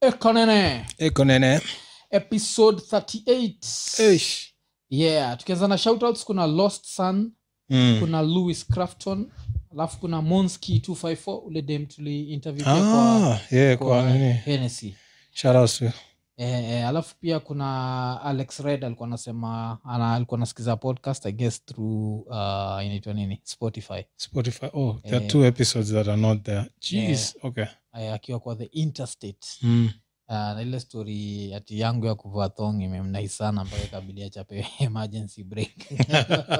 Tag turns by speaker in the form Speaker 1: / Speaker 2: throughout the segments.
Speaker 1: ekonene
Speaker 2: iko nene
Speaker 1: episode 38
Speaker 2: Eish.
Speaker 1: yeah tukianza na shoutouts kuna lost sun
Speaker 2: Mm.
Speaker 1: kuna louis crafton alafu kuna monski 254 ule dem tuliinterview pia kwa,
Speaker 2: Ah, yeah, kwa nini
Speaker 1: Hennessy.
Speaker 2: Shout out to-
Speaker 1: Eh, eh, alafu pia kuna alex red alikuwa anasema ana, alikuwa anasikiza podcast i guess through uh, inaitwa nini spotify
Speaker 2: spotify oh there
Speaker 1: Eh.
Speaker 2: are two episodes that are not there jeez okay
Speaker 1: Eh, akiwa kwa the interstate
Speaker 2: mm.
Speaker 1: uh, na ile story ati yangu ya kuvaa thong imemnai sana mpaka ikabidi achape emergency break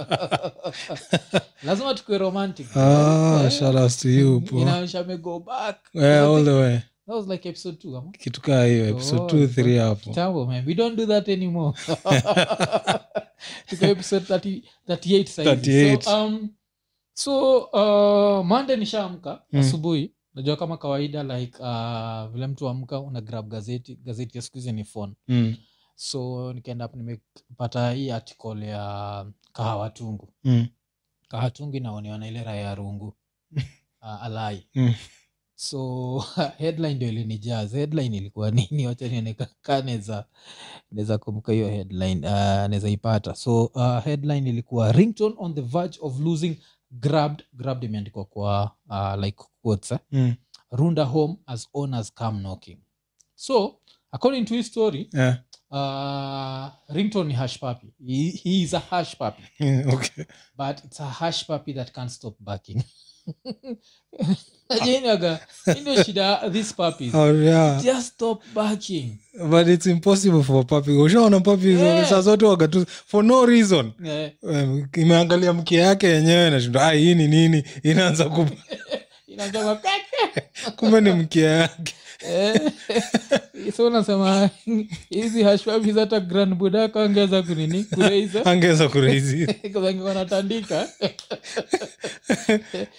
Speaker 1: lazima tukue romantic
Speaker 2: ah,
Speaker 1: Eh,
Speaker 2: shout out to you bro.
Speaker 1: inaonyesha amego back
Speaker 2: Yeah, all the way
Speaker 1: that was like episode two ama?
Speaker 2: kitu kaa hiyo episode
Speaker 1: Oh,
Speaker 2: two three hapo
Speaker 1: kitambo man we don't do that anymore tuko episode 30 38 sahizi.
Speaker 2: 38.
Speaker 1: so, um, so uh, mande nishaamka
Speaker 2: Mm.
Speaker 1: asubuhi najua kama kawaida like uh, vile mtu amka una grab gazeti gazeti ya siku hizi ni phone
Speaker 2: mm.
Speaker 1: so nikaenda hapo nimepata hii article ya kahawatungu
Speaker 2: Mm.
Speaker 1: kahatungu inaonewa na ile raya ya rungu uh, alai
Speaker 2: Mm.
Speaker 1: so headline ndio ilinijaz headline ilikuwa nini wacha nionekaka naweza kumbuka hiyo headline uh, naweza ipata so uh, headline ilikuwa rington on the verge of losing grabbed grabbed imeandikwa kwa uh, like quotes, eh?
Speaker 2: Mm.
Speaker 1: runda home as owners come knocking so according to his story
Speaker 2: Yeah.
Speaker 1: uh, rington ni hash puppy he, he is a hash puppy
Speaker 2: Mm, okay
Speaker 1: but it's a hash puppy that can't stop barking ajenaga ndio shida these puppies
Speaker 2: oh, yeah.
Speaker 1: just stop barking
Speaker 2: but it's impossible for papi ushaona papi
Speaker 1: Yeah.
Speaker 2: saa zote wagatu for no reason
Speaker 1: eh,
Speaker 2: Um, imeangalia mkia yake yenyewe nashinda ah, hii ni nini inaanza ku
Speaker 1: inaanza kwa-
Speaker 2: kumbe ni mkia yake
Speaker 1: Eh, so unasema hizi hash puppies hata grand budaka angeweza kunini kuraiza
Speaker 2: angeweza kurahisi
Speaker 1: wanatandika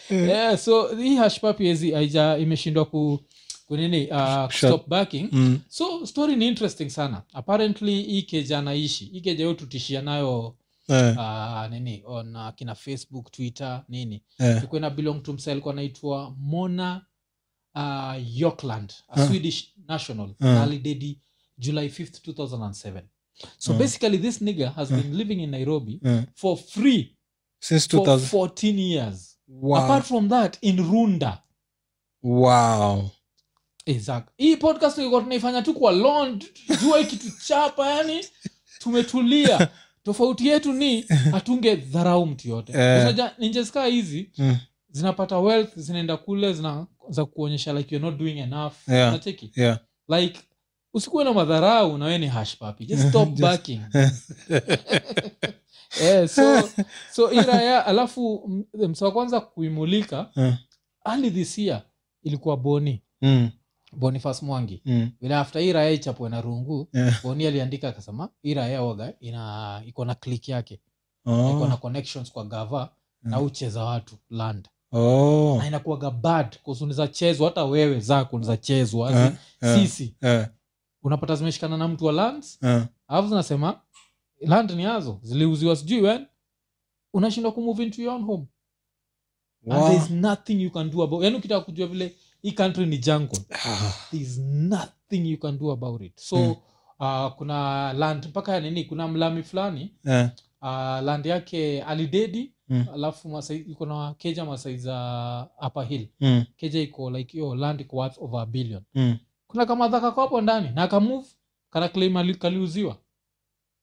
Speaker 1: yeah, so hii hashpapiezi aija imeshindwa ku kunini uh,
Speaker 2: Shut-
Speaker 1: stop backing
Speaker 2: mm.
Speaker 1: so story ni interesting sana apparently hii keja anaishi hii keja yo tutishia nayo
Speaker 2: eh,
Speaker 1: uh, nini on uh, kina facebook twitter nini
Speaker 2: eh.
Speaker 1: ilikuwa ina belong to msa alikuwa anaitwa mona uh, yorkland a
Speaker 2: Ah.
Speaker 1: swedish national
Speaker 2: Ah.
Speaker 1: alidedi july 5th 2007 so
Speaker 2: Ah.
Speaker 1: basically this nigger has been living in nairobi
Speaker 2: eh.
Speaker 1: for free
Speaker 2: since
Speaker 1: for
Speaker 2: 2000
Speaker 1: 14 years
Speaker 2: wow.
Speaker 1: apart from that in runda
Speaker 2: wow
Speaker 1: exact hii podcast tulikuwa tunaifanya tu kwa lon jua ikituchapa yani tumetulia tofauti yetu ni hatunge dharau mtu yote
Speaker 2: Eh.
Speaker 1: yeah. ninjeskaa hizi
Speaker 2: Mm.
Speaker 1: zinapata wealth zinaenda kule zina za kuonyesha like you're not doing enough
Speaker 2: Yeah.
Speaker 1: Unacheki?
Speaker 2: yeah
Speaker 1: like usikuwe na madharau na wewe ni hash puppy. just stop
Speaker 2: Just-
Speaker 1: barking eh, so so iraya alafu m- msa wa kwanza kuimulika
Speaker 2: Eh.
Speaker 1: early this year ilikuwa boni
Speaker 2: mm.
Speaker 1: boniface mwangi
Speaker 2: Mm.
Speaker 1: vile after hii raya ichapwe na rungu
Speaker 2: Yeah.
Speaker 1: boni aliandika akasema hii raya waga ina iko na click yake iko na
Speaker 2: Oh.
Speaker 1: connections kwa gava na
Speaker 2: Mm.
Speaker 1: ucheza watu land
Speaker 2: Oh.
Speaker 1: na inakuwaga bad kuzuniza chezwa hata wewe zako niza chezwa
Speaker 2: Eh,
Speaker 1: zi-
Speaker 2: eh,
Speaker 1: sisi
Speaker 2: eh,
Speaker 1: unapata zimeshikana na mtu wa lands
Speaker 2: eh.
Speaker 1: alafu zinasema land ni yazo ziliuziwa sijui wen unashindwa kumove into your own home and
Speaker 2: Wow.
Speaker 1: there's nothing you can do about yani ukitaka kujua vile hii country ni jungle
Speaker 2: Ah.
Speaker 1: there's nothing you can do about it so
Speaker 2: Mm.
Speaker 1: uh, kuna land mpaka ya nini kuna mlami fulani
Speaker 2: Eh,
Speaker 1: uh, land yake alidedi
Speaker 2: Mm.
Speaker 1: alafu masai, iko na keja masaiza upper hill
Speaker 2: mm,
Speaker 1: keja iko like hiyo land iko worth over a billion
Speaker 2: mm.
Speaker 1: kuna kamadhaka hapo ndani na akamove kana claim ali- kaliuziwa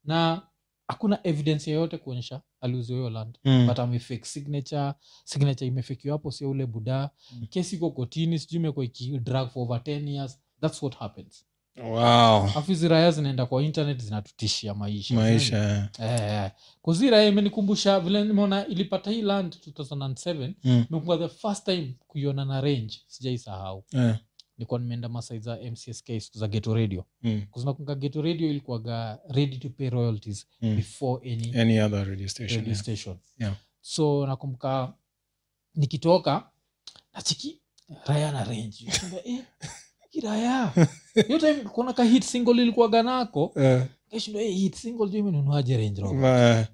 Speaker 1: na hakuna evidence yoyote kuonyesha aliuziwa hiyo land
Speaker 2: Mm.
Speaker 1: but amefake signature signature imefakiwa hapo sio ule buda
Speaker 2: Mm.
Speaker 1: kesi iko kotini sijui imekuwa ikidrag for over 10 years that's what happens
Speaker 2: Wow.
Speaker 1: afu hizi raya zinaenda kwa internet zinatutishia maisha
Speaker 2: maisha eh.
Speaker 1: eh, kuzi raya imenikumbusha vile nimeona ilipata hii land 2007
Speaker 2: Mm,
Speaker 1: imekumbuka the first time kuiona na range sijaisahau
Speaker 2: eh,
Speaker 1: nilikuwa nimeenda masai za mcsk siku za geto radio
Speaker 2: mm,
Speaker 1: kuzinakunga geto radio ilikuwaga ready to pay royalties
Speaker 2: mm.
Speaker 1: before any
Speaker 2: any other radio station
Speaker 1: radio
Speaker 2: yeah.
Speaker 1: station
Speaker 2: Yeah.
Speaker 1: so nakumbuka nikitoka nachiki raya na range Nikamwambia, eh, hii raya hiyo time kuona ka hit single ilikuwaga nako
Speaker 2: Eh,
Speaker 1: kashindwa eh, hit single juu imenunuaje range rover
Speaker 2: ma-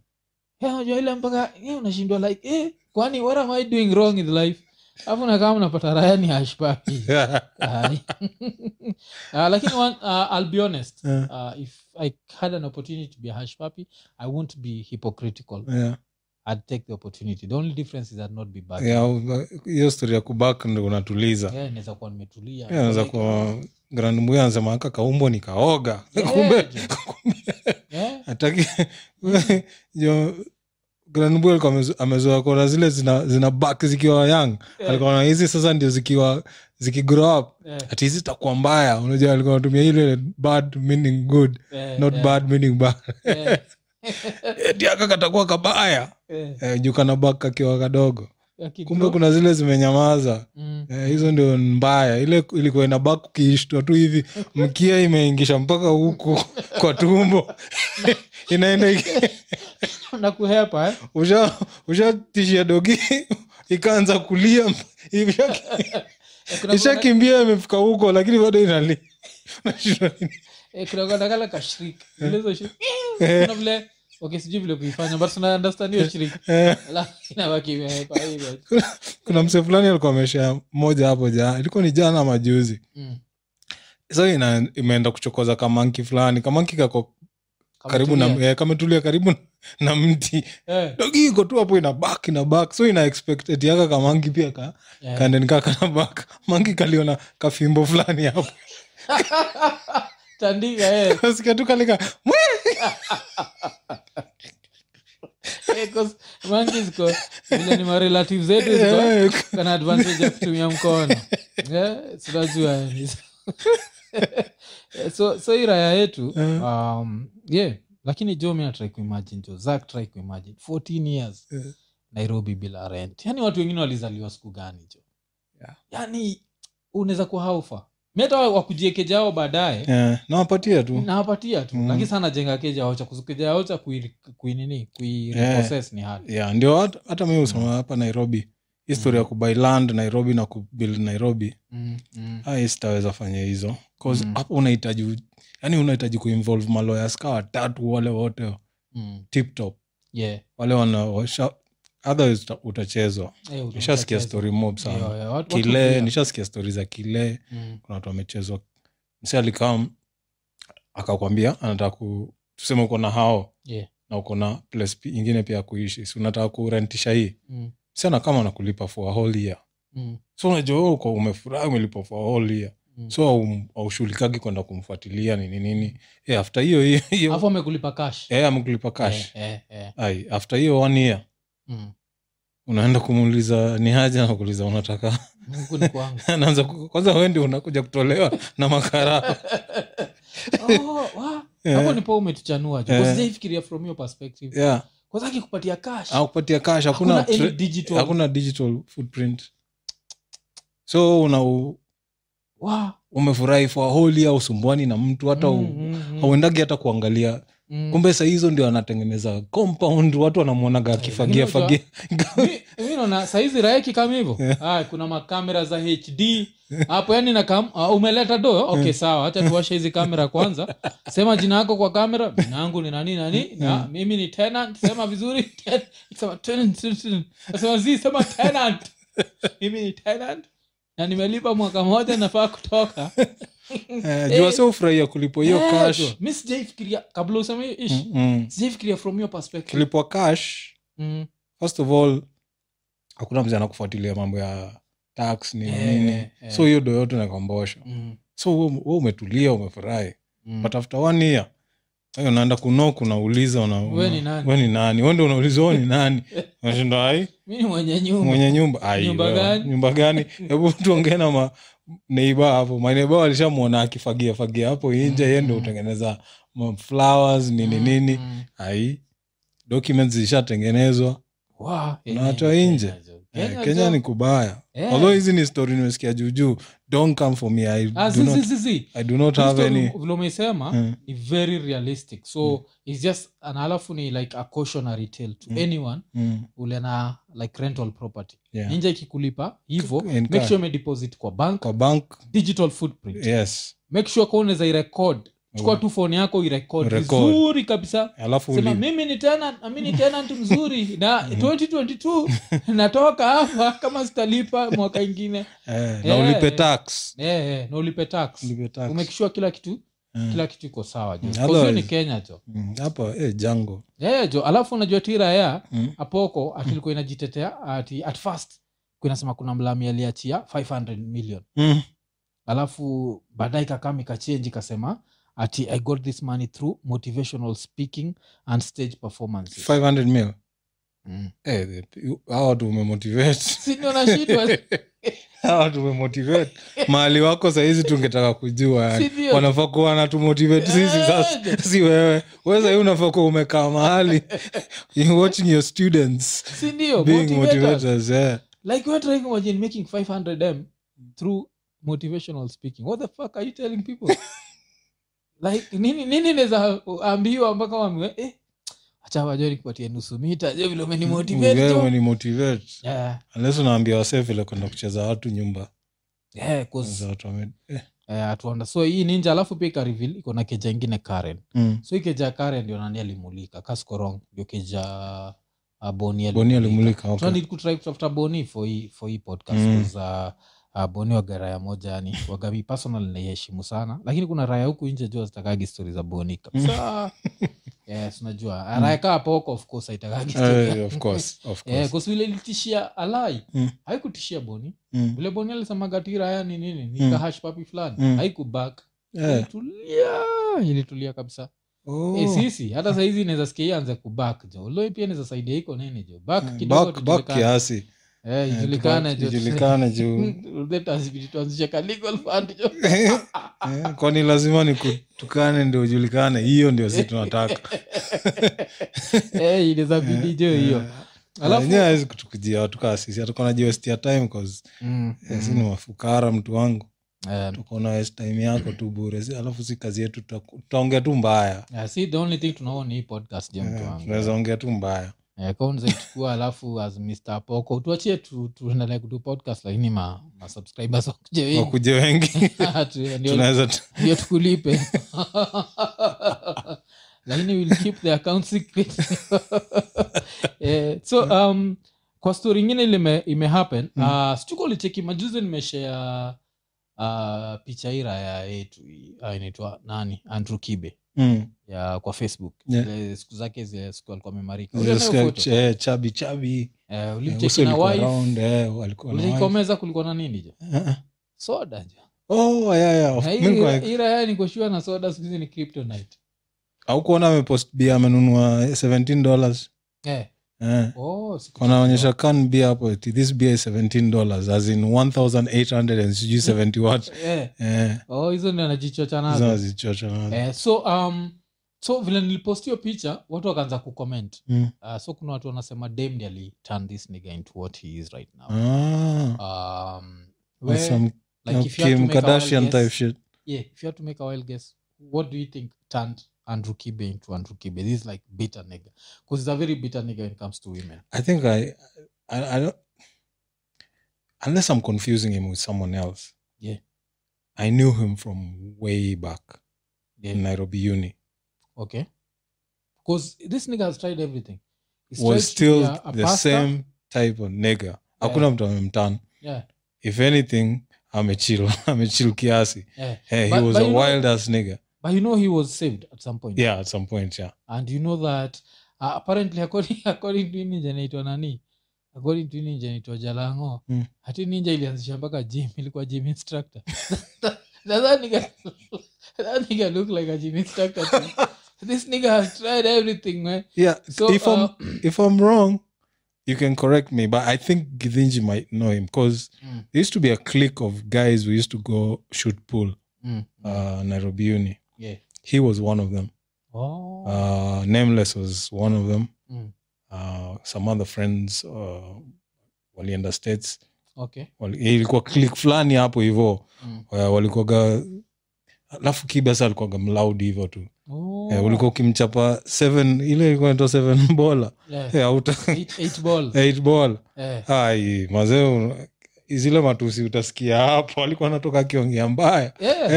Speaker 1: Eh, unajua ile mpaka eh, unashindwa like eh, kwani what am i doing wrong in life alafu nakaa mnapata raya ni ashbaki Yaani. lakini one, uh, i'll be honest
Speaker 2: Eh,
Speaker 1: uh, if i had an opportunity to be a hash puppy i won't be hypocritical
Speaker 2: yeah.
Speaker 1: i'd take the opportunity the only difference is i'd not be bad
Speaker 2: Yeah, u- hiyo stori ya kubak ndo unatuliza
Speaker 1: yeah, naweza kuwa nimetulia
Speaker 2: Yeah, anaweza
Speaker 1: Like,
Speaker 2: kuwa grand mbuya anasema aka kaumbo nikaoga
Speaker 1: Yeah.
Speaker 2: kumbe kumbe
Speaker 1: yeah,
Speaker 2: hataki jo Grand Bull alikuwa amezo- amezoea kona zile zina, zina back zikiwa young
Speaker 1: Yeah.
Speaker 2: alikuwa na hizi sasa ndio zikiwa zikigrow up
Speaker 1: yeah,
Speaker 2: ati hizi zitakuwa mbaya unajua alikuwa anatumia ile bad meaning good
Speaker 1: yeah,
Speaker 2: not
Speaker 1: yeah,
Speaker 2: bad meaning bad
Speaker 1: yeah,
Speaker 2: eti aka katakuwa kabaya
Speaker 1: yeah.
Speaker 2: eh, juu kana bak kakiwa kadogo
Speaker 1: Aki
Speaker 2: kumbe
Speaker 1: grow-
Speaker 2: kuna zile zimenyamaza
Speaker 1: Mm.
Speaker 2: eh, hizo ndio mbaya ile ilikuwa ina bak ukiishtwa tu hivi mkia imeingisha mpaka huku kwa tumbo inaenda iki-
Speaker 1: na kuhepa eh?
Speaker 2: usha ushatishia dogi ikaanza kulia Isha-
Speaker 1: Eh, kuna-
Speaker 2: ishakimbia imefika huko lakini bado inalia Unashindwa nini?
Speaker 1: eh, kuna kuandakala kashrik Vile hizo shrik- kuna vile okay sijui vile kuifanya but tuna understand hiyo shrik
Speaker 2: Eh,
Speaker 1: lakini abaki imehepa hivyo
Speaker 2: kuna- kuna mse fulani alikuwa amesha moja hapo jana ilikuwa ni jana majuzi
Speaker 1: Mm.
Speaker 2: so ina, imeenda kuchokoza kamanki fulani kamanki kako
Speaker 1: Kama
Speaker 2: karibu na
Speaker 1: tulia.
Speaker 2: eh, kametulia karibu na mti
Speaker 1: Eh,
Speaker 2: dogi iko tu hapo ina bak ina bak so ina expect eti yaka kamanki pia ka
Speaker 1: eh.
Speaker 2: kandenikakanabak manki kaliona kafimbo fulani hapo
Speaker 1: tandika eh.
Speaker 2: kasikia tu kalika "Mwe!"
Speaker 1: Eh, 'cause monkey ziko vile ni marelative zetu ziko
Speaker 2: Eh,
Speaker 1: kana advantage ya kutumia mkono Eh, sinajua yani. Eh, so so hii raya yetu
Speaker 2: Eh.
Speaker 1: um, yeah lakini jo mi natrai kuimagine jo zak try kuimagine 14 years
Speaker 2: Eh.
Speaker 1: nairobi bila rent yani watu wengine walizaliwa siku gani jo
Speaker 2: Yeah.
Speaker 1: yani unaweza kuwa haufa mi hata wakujiekejao baadaye
Speaker 2: Eh, nawapatia tu
Speaker 1: nawapatia tu
Speaker 2: Mm.
Speaker 1: lakini sana jenga keja ocha kukeja ocha kui- kuinini kuireprocess ni hard
Speaker 2: yeah, ndio hat- hata mi usoma hapa nairobi histori ya
Speaker 1: Mm.
Speaker 2: kubuy land nairobi na kubuild nairobi
Speaker 1: Mm, mm.
Speaker 2: ai sitaweza fanya hizo cause
Speaker 1: Mm.
Speaker 2: hapo unahitaji u- yani unahitaji kuinvolve maloyas ka watatu wale wote
Speaker 1: Mm.
Speaker 2: tiptop
Speaker 1: Yeah.
Speaker 2: wale wanaosha otherwise uta- utachezwa
Speaker 1: Eh, uta-
Speaker 2: nishasikia
Speaker 1: utacheza.
Speaker 2: story mob
Speaker 1: Yeah,
Speaker 2: sana
Speaker 1: yeah, eh, watu- watu
Speaker 2: kile
Speaker 1: pia.
Speaker 2: nishasikia stori za kile
Speaker 1: Mm,
Speaker 2: kuna watu wamechezwa msi alikaa akakwambia anataka ku tuseme uko na hao
Speaker 1: Yeah.
Speaker 2: na uko na place pi- ingine pia ya kuishi si unataka kurentisha hii
Speaker 1: mm,
Speaker 2: sana kama nakulipa for a whole year
Speaker 1: mm,
Speaker 2: so unajua wewe uko umefurahi umelipa for a whole year
Speaker 1: mm.
Speaker 2: so haum- haushughulikagi kwenda kumfuatilia nini nini Eh, after hiyo hiyo-
Speaker 1: Alafu
Speaker 2: hiyo
Speaker 1: amekulipa cash.
Speaker 2: eh, amekulipa cash
Speaker 1: Eh, eh, eh.
Speaker 2: ai after hiyo one year
Speaker 1: Mm.
Speaker 2: unaenda kumuuliza ni haja nakuuliza unataka
Speaker 1: Mungu ni kwangu.
Speaker 2: anaanza ku- kwanza wendi unakuja kutolewa na makarao
Speaker 1: Oh, wa- hapo nipo umetuchanua jo
Speaker 2: Eh.
Speaker 1: sijaifikiria from your perspective
Speaker 2: yeah.
Speaker 1: kwanza akikupatia cash
Speaker 2: akupatia cash hakuna
Speaker 1: hakuna any
Speaker 2: tra-
Speaker 1: digital
Speaker 2: hakuna digital footprint so una u-
Speaker 1: Wa-
Speaker 2: umefurahi for holi au usumbuani na mtu hata
Speaker 1: mm,
Speaker 2: mm,
Speaker 1: mm, mm,
Speaker 2: hauendagi hata kuangalia
Speaker 1: mm.
Speaker 2: kumbe saa hizo ndio anatengeneza compound watu wanamwonaga akifagia
Speaker 1: lakini
Speaker 2: fagia
Speaker 1: Mi- eh, mi naona sahizi raeki kama hivyo ah, kuna makamera za hd hapo yani na kam, ah, umeleta do okay sawa hacha tuwashe hizi kamera kwanza sema jina yako kwa kamera jina yangu ni nani nani na mimi ni tenant sema vizuri ten- sema tenant, tenant, tenant. sema zi sema tenant mimi ni tenant na nimelipa mwaka moja nafaa kutoka
Speaker 2: Eh, jua sio ufurahia kulipo hiyo
Speaker 1: mm. Eh,
Speaker 2: cash
Speaker 1: jo, mi sijaifikiria kabla useme hiyo ish
Speaker 2: Mm, mm.
Speaker 1: sijaifikiria from your perspective
Speaker 2: kilipwa cash
Speaker 1: mm.
Speaker 2: first of all hakuna mzee anakufuatilia mambo ya tax nini
Speaker 1: Eh,
Speaker 2: nini
Speaker 1: eh.
Speaker 2: so hiyo doyote nakombosha
Speaker 1: Mm.
Speaker 2: so we we umetulia umefurahi
Speaker 1: Mm.
Speaker 2: but after one year hey, unaenda kunoku unauliza una, una,
Speaker 1: We ni nani?
Speaker 2: we ni nani wende unauliza we ni nani unashinda ai
Speaker 1: mi ni mwenye nyumba
Speaker 2: mwenye nyumba ai
Speaker 1: Nyumba
Speaker 2: wewe,
Speaker 1: gani?
Speaker 2: nyumba gani hebu tuongee na ma neiba hapo maneiba walishamwona akifagia fagia hapo inje yeye ndo
Speaker 1: Mm.
Speaker 2: hutengeneza ma- flowers nini
Speaker 1: Mm,
Speaker 2: nini
Speaker 1: mm.
Speaker 2: ai documents zishatengenezwa
Speaker 1: Wow,
Speaker 2: Kuna
Speaker 1: Kenya
Speaker 2: watu
Speaker 1: ni-
Speaker 2: wa nje.
Speaker 1: Kenya jo.
Speaker 2: Eh,
Speaker 1: Kenya
Speaker 2: kenya
Speaker 1: jo.
Speaker 2: ni kubaya
Speaker 1: Eh.
Speaker 2: although hizi ni story nimesikia juujuu don't come for me I,
Speaker 1: Ah,
Speaker 2: do
Speaker 1: zi- zi-
Speaker 2: not,
Speaker 1: zi- zi.
Speaker 2: i do not have
Speaker 1: Kristo
Speaker 2: any Hmm.
Speaker 1: vile umeisema
Speaker 2: Mm.
Speaker 1: ni very realistic so it's just an alafu ni like a cautionary tale to
Speaker 2: Mm.
Speaker 1: anyone
Speaker 2: Mm,
Speaker 1: ule na like rental property
Speaker 2: yeah.
Speaker 1: ninja ikikulipa hivo
Speaker 2: In
Speaker 1: make
Speaker 2: cash.
Speaker 1: sure umedeposit kwa bank
Speaker 2: kwa bank Eh.
Speaker 1: digital footprint
Speaker 2: yes
Speaker 1: make sure kwa unaweza irekod chukua tu phone yako uirekod
Speaker 2: Oh. Record.
Speaker 1: vizuri kabisa
Speaker 2: alafu
Speaker 1: sema
Speaker 2: uli-
Speaker 1: mimi ni tenant na mimi ni tenant mzuri na
Speaker 2: Hmm.
Speaker 1: 2022 natoka hapa kama sitalipa mwaka ingine
Speaker 2: eh, na
Speaker 1: Yeah,
Speaker 2: ulipe
Speaker 1: yeah.
Speaker 2: tax
Speaker 1: eh, eh, na ulipe tax
Speaker 2: Ulipe tax.
Speaker 1: umekishua kila kitu
Speaker 2: Eh.
Speaker 1: kila kitu iko sawa jo
Speaker 2: Mm,
Speaker 1: Kwa hiyo ni
Speaker 2: otherwise-
Speaker 1: kenya jo
Speaker 2: Mm, hapa eh, jango
Speaker 1: yeah, jo alafu unajua tira ya
Speaker 2: Mm.
Speaker 1: apoko atilikuwa inajitetea ati at first ilikuwa inasema kuna mlami aliachia 500 million
Speaker 2: Mm.
Speaker 1: alafu baadaye kakam ikachenji ikasema ati i got this money through motivational speaking and stage performances
Speaker 2: 500 mil
Speaker 1: Mm.
Speaker 2: Eh, the- you- hawa watu umemotivate
Speaker 1: Si ndio nashindwa?
Speaker 2: hawa watu umemotivate mahali wako sahizi tungetaka kujua
Speaker 1: Si
Speaker 2: yani.
Speaker 1: ndio? Eh,
Speaker 2: wanafaa kuwa natumotivate sisi sasa si wewe wewe sahii unafaa kuwa umekaa mahali You're watching your students
Speaker 1: Si ndio?
Speaker 2: being
Speaker 1: Motivators.
Speaker 2: motivators yeah.
Speaker 1: like we're trying to imagine making 500m through motivational speaking what the fuck are you telling people like nini nini naweza ambiwa mpaka wamwe eh acha wajoni kupatia nusu mita je vile umenimotivate
Speaker 2: Wewe
Speaker 1: jo?
Speaker 2: umenimotivate.
Speaker 1: yeah
Speaker 2: unless unaambia wasee vile kwenda kucheza watu nyumba
Speaker 1: yeah cause
Speaker 2: Za watu wame- eh.
Speaker 1: eh, atuanda so hii ninja alafu pia ikareveal iko na keja ingine Karen
Speaker 2: Mm.
Speaker 1: so hii keja ya Karen ndio nani alimulika kaskorong ndio keja uh, Boni
Speaker 2: boni alimulika Eh, okay.
Speaker 1: tunadid kutry kutafuta boni for hii for hii podcast
Speaker 2: Mm.
Speaker 1: mm. uh, boni wa garaya moja yani wagami personal naiheshimu sana lakini kuna raya huku nje jua zitakagi stori za boni kabisa yes unajua Ah, raya kaa poko of course haitakagi
Speaker 2: Eh, Mm. of course, of course.
Speaker 1: kusivile ilitishia alai
Speaker 2: Mm.
Speaker 1: haikutishia boni
Speaker 2: Mm.
Speaker 1: vile boni alisemaga ti raya ni nini ni
Speaker 2: Mm.
Speaker 1: kahash papi fulani
Speaker 2: Mm.
Speaker 1: haikubak
Speaker 2: Eh.
Speaker 1: ilitulia ilitulia kabisa
Speaker 2: Oh.
Speaker 1: Eh, sisi hata sahizi inaweza sikia hii aanze kubak jo uloi pia inaweza saidia iko nini jo bak
Speaker 2: Eh,
Speaker 1: kidogo
Speaker 2: back- back
Speaker 1: tujulikane.
Speaker 2: kiasi
Speaker 1: Eh,
Speaker 2: Eh,
Speaker 1: ijulikane
Speaker 2: tupa-
Speaker 1: jo.
Speaker 2: ijulikane juu
Speaker 1: Let us be- tuanzishe ka legal fund jo.
Speaker 2: Eh, kwani lazima nikutukane ndio ujulikane hiyo ndio si tunataka
Speaker 1: Eh, inaweza bidi jo hiyo
Speaker 2: Eh,
Speaker 1: Alafu-
Speaker 2: wenyewe hawezi kutukujia watu kaa sisi hatakuwa najiwestia time cause
Speaker 1: Mm,
Speaker 2: eh, si
Speaker 1: mm.
Speaker 2: ni mafukara mtu wangu
Speaker 1: Eh,
Speaker 2: tukaona waste time yako tu bure Si- alafu si kazi yetu tutaku- tutaongea tu mbaya
Speaker 1: yeah, eh, see, the only thing tunaona ni hii podcast jo, mtu
Speaker 2: Eh,
Speaker 1: wangu.
Speaker 2: tunaweza ongea tu mbaya
Speaker 1: Eh, kama unaweza kuchukua alafu as Mr. Poko tuachie tu- tuendelee kudu podcast lakini ma, ma subscribers wakuje wengi.
Speaker 2: wakuje wengi
Speaker 1: Tu- ndio-
Speaker 2: tunaweza tu-
Speaker 1: ndio tukulipe lakini we'll keep the account secret Eh, so um, kwa story ingine ile ime, ime happen
Speaker 2: Mm.
Speaker 1: uh, sichuko ulicheki majuzi nimeshea uh, picha ira ya yetu hii, ah, inaitwa nani andrew kibe
Speaker 2: Mm.
Speaker 1: ya kwa facebook
Speaker 2: Yeah.
Speaker 1: Ile siku zake zile siku alikuwa amemarika
Speaker 2: Unasikia ch- chabi chabi Eh, uso
Speaker 1: ulicheki na
Speaker 2: ilikuwa
Speaker 1: wife
Speaker 2: round, eh, walikuwa na wife.
Speaker 1: uliikomeza kulikuwa na nini jo
Speaker 2: Eh, eh.
Speaker 1: soda jo
Speaker 2: Oh, yeah, yeah, of-
Speaker 1: Na
Speaker 2: mi niko
Speaker 1: hii-
Speaker 2: like-
Speaker 1: hii raya ni kushua na soda siku hizi ni kryptonite
Speaker 2: haukuona amepost bia amenunua 17 dollars
Speaker 1: eh.
Speaker 2: eh.
Speaker 1: Oh, siku-
Speaker 2: wanaonyesha can bia hapo ati this bia is 17 dollars as in 1800 and sijui 71
Speaker 1: Eh,
Speaker 2: eh,
Speaker 1: oh, hizo ndio anajichocha
Speaker 2: hizo
Speaker 1: nazo
Speaker 2: nazichocha nazo.
Speaker 1: eh, so um, so vile nilipost hiyo picha watu wakaanza kucomment
Speaker 2: Mm.
Speaker 1: uh, so kuna watu wanasema damd ali turn this nigga into what he is right now
Speaker 2: Ah,
Speaker 1: um,
Speaker 2: on
Speaker 1: where,
Speaker 2: some
Speaker 1: like, if you had to
Speaker 2: Kim
Speaker 1: make a wild
Speaker 2: Kardashian
Speaker 1: guess-
Speaker 2: type shit.
Speaker 1: yeah, if you had to make a wild guess what do you think turned andrew kibe into andrew kibe this is like bitter nigga because he's a very bitter nigga when it comes to women
Speaker 2: I think I, I, I don't, unless I'm confusing him with someone else.
Speaker 1: Yeah.
Speaker 2: I knew him from way back
Speaker 1: yeah.
Speaker 2: in Nairobi Uni.
Speaker 1: okay because this nigga has tried everything He's
Speaker 2: Was
Speaker 1: tried to be
Speaker 2: still
Speaker 1: a- a
Speaker 2: the
Speaker 1: pastor.
Speaker 2: same type of nigger. Hakuna mtu amemtan.
Speaker 1: yeah,
Speaker 2: If anything, amechill, amechill kiasi.
Speaker 1: yeah.
Speaker 2: Hey, he
Speaker 1: But-
Speaker 2: was
Speaker 1: but
Speaker 2: a
Speaker 1: you know-
Speaker 2: wild ass nigger.
Speaker 1: but you know he was saved at some point
Speaker 2: Yeah, at some point, yeah.
Speaker 1: and you know that uh, apparently according, according to hii ninja inaitwa nani according to hii ninja inaitwa jalango
Speaker 2: Mm.
Speaker 1: hati ninja ilianzisha mpaka gym ilikuwa gym instructor Now that nigga- that nigga look like a gym instructor to me. this nigga has tried everything man.
Speaker 2: Yeah.
Speaker 1: so
Speaker 2: if I'm
Speaker 1: uh,
Speaker 2: if I'm wrong, you can correct me, but I think Githinji might know him because
Speaker 1: Mm.
Speaker 2: there used to be a clique of guys who used to go shoot pool,
Speaker 1: mm,
Speaker 2: uh, Nairobi Uni.
Speaker 1: yeah.
Speaker 2: He was one of them.
Speaker 1: oh,
Speaker 2: Uh, Nameless was one of them.
Speaker 1: Mm.
Speaker 2: Uh, some other friends, uh, walienda states.
Speaker 1: okay
Speaker 2: Wali- Ilikuwa clique fulani hapo hivo
Speaker 1: mm.
Speaker 2: uh, walikuwaga alafu kibasa alikuwaga mlaudi hivo tu
Speaker 1: oh,
Speaker 2: Eh, ulikuwa ukimchapa seven ile ilikuwa inaitwa seven bola
Speaker 1: yeah.
Speaker 2: Eh, auta
Speaker 1: eight, eight ball
Speaker 2: eight ball
Speaker 1: eh.
Speaker 2: ai mazee zile matusi utasikia hapo alikuwa anatoka akiongea mbaya
Speaker 1: yeah.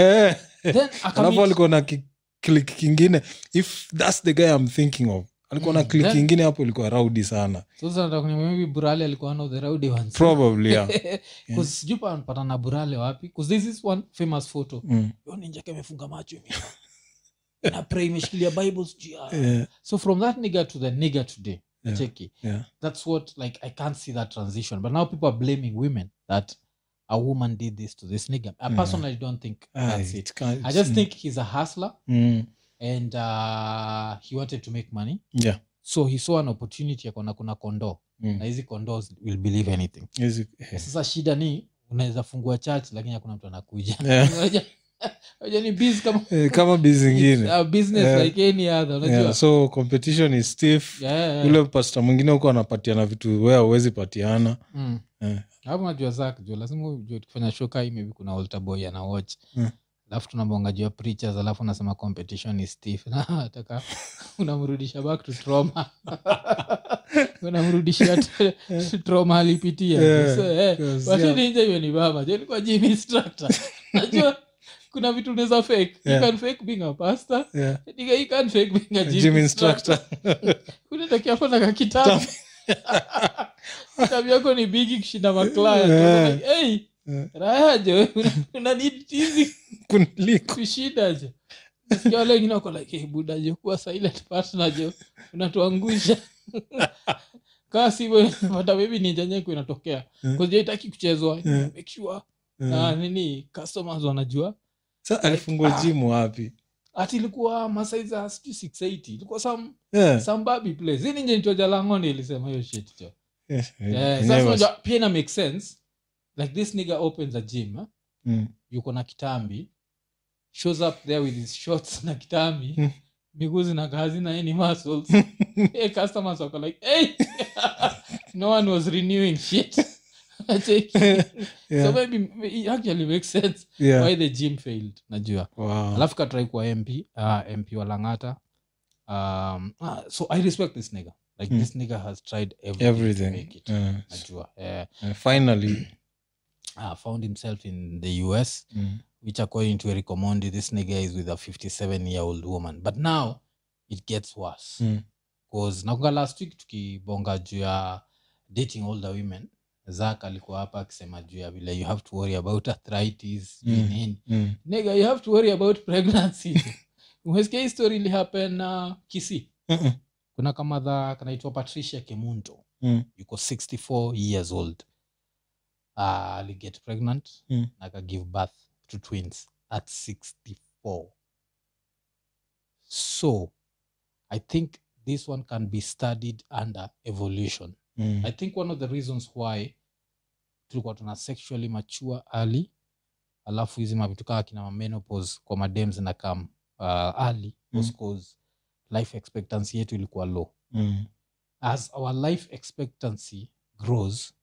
Speaker 2: Eh,
Speaker 1: then
Speaker 2: alafu
Speaker 1: akamit
Speaker 2: alikuwa na ki- click kingine if thats the guy i'm thinking of alikuwa na
Speaker 1: Mm,
Speaker 2: click
Speaker 1: then-
Speaker 2: ingine hapo ilikuwa raudi sana
Speaker 1: So sasa nataka kuniambia maybe burale alikuwa one of the rowdy ones
Speaker 2: probably yeah.
Speaker 1: 'Cause sijui pa anapata na burale wapi 'Cause there's this one famous photo
Speaker 2: Mm,
Speaker 1: Yo ninja kama imefunga macho hivi. na pray imeshikilia bible sijui ah.
Speaker 2: yeah,
Speaker 1: so from that nigger to the nigger today
Speaker 2: Yeah.
Speaker 1: cheki
Speaker 2: yeah.
Speaker 1: that's what like i can't see that transition but now people are blaming women that a woman did this to this nigger i
Speaker 2: Mm.
Speaker 1: personally don't think
Speaker 2: Ah,
Speaker 1: that's it
Speaker 2: it can't-
Speaker 1: i just
Speaker 2: mm,
Speaker 1: think he's a hustler
Speaker 2: mm,
Speaker 1: and uh, he wanted to make money
Speaker 2: yeah,
Speaker 1: so he saw an opportunity yakona kuna kondoo
Speaker 2: mm.
Speaker 1: na hizi kondoo will believe anything
Speaker 2: Yes, yeah.
Speaker 1: Eh, sasa shida ni unaweza fungua church lakini hakuna mtu anakuja
Speaker 2: Yeah.
Speaker 1: Unajua- unajua ni busy kama
Speaker 2: Eh, kama bi zingine
Speaker 1: It's a business
Speaker 2: Yeah.
Speaker 1: like any other unajua
Speaker 2: yeah, so competition is stiff
Speaker 1: Yeah, yeah, yeah.
Speaker 2: ule pasta mwingine huko anapatiana vitu wea huwezi patiana
Speaker 1: Mm.
Speaker 2: Yeah.
Speaker 1: hapo najua zak juu lazima ujue tukifanya show kai maybe kuna altar boy ana watch
Speaker 2: Yeah.
Speaker 1: alafu tunabonga juu ya preachers alafu unasema competition is stiff na nataka unamrudisha back to trauma unamrudishia t- trauma alipitia
Speaker 2: Yeah.
Speaker 1: so, eh,
Speaker 2: Yes,
Speaker 1: But
Speaker 2: yeah.
Speaker 1: ninja iwe ni baba jo nilikuwa gym instructor najua kuna vitu unaweza fake
Speaker 2: Yeah.
Speaker 1: you can fake being a pastor
Speaker 2: Yeah.
Speaker 1: Nigga, you can fake being a gym,
Speaker 2: Gym
Speaker 1: instructor
Speaker 2: instructor.
Speaker 1: unatakiwa kuwa na kakitabu kitabu yako ni bigi kushinda maklaya
Speaker 2: Yeah.
Speaker 1: hey,
Speaker 2: Yeah.
Speaker 1: rayaje unanitizi
Speaker 2: Kuniliko.
Speaker 1: kushinda je nasikia wale wengine wako like hey, buda jo kuwa silent partner jo unatuangusha kaa sivyo pata bebi ninjanyeku inatokea
Speaker 2: Yeah.
Speaker 1: kuzia itaki kuchezwa
Speaker 2: Yeah.
Speaker 1: make sure na
Speaker 2: Yeah.
Speaker 1: Ah, nini customers wanajua
Speaker 2: Sa alifungua
Speaker 1: Ah.
Speaker 2: jimu wapi
Speaker 1: hati ilikuwa masaiza 680 ilikuwa some
Speaker 2: Yeah.
Speaker 1: some babi place hii ninje nitoja langoni ilisema hiyo shit jo
Speaker 2: Yeah.
Speaker 1: Eh,
Speaker 2: Never.
Speaker 1: sasa unajua, pia ina make sense like this nigger opens a gym eh?
Speaker 2: Mm.
Speaker 1: yuko na kitambi shows up there with his shorts na kitambi
Speaker 2: Hmm.
Speaker 1: miguu zina kazi na any muscles hey, customers wako like hey! no one was renewing shit Take- so
Speaker 2: Yeah.
Speaker 1: maybe it actually makes sense
Speaker 2: Yeah.
Speaker 1: why the gym failed najua
Speaker 2: Wow.
Speaker 1: alafu katrai kuwa mp uh, mp wa langata um, ah, so i respect this nigger like
Speaker 2: Mm.
Speaker 1: this nigger has tried everything,
Speaker 2: Everything.
Speaker 1: To make it.
Speaker 2: Yeah.
Speaker 1: najua eh,
Speaker 2: And finally
Speaker 1: uh, found himself in the US,
Speaker 2: Mm.
Speaker 1: which according to Eric Omondi, this nigga is with a 57 year old woman. But now it gets worse.
Speaker 2: Mm.
Speaker 1: Because nakunga last week tukibonga juu ya dating older women, Zak alikuwa hapa akisema juu ya vile you have to worry about arthritis, sijui
Speaker 2: Mm.
Speaker 1: nini.
Speaker 2: Mm.
Speaker 1: Nigga, you have to worry about pregnancy. Umesikia hii story ilihappen uh, Kisii.
Speaker 2: Mm-mm.
Speaker 1: Kuna kamadha kanaitwa Patricia Kemunto
Speaker 2: Mm.
Speaker 1: yuko 64 years old Ah, aliget pregnant
Speaker 2: Mm.
Speaker 1: na akagive birth to twins at 64 so i think this one can be studied under evolution
Speaker 2: Mm.
Speaker 1: i think one of the reasons why tulikuwa tuna sexually mature early alafu hizi mavitu kaa kina mamenopause kwa madems na kam uh, early was
Speaker 2: Mm.
Speaker 1: cause life expectancy yetu ilikuwa low
Speaker 2: Mm.
Speaker 1: as our life expectancy grows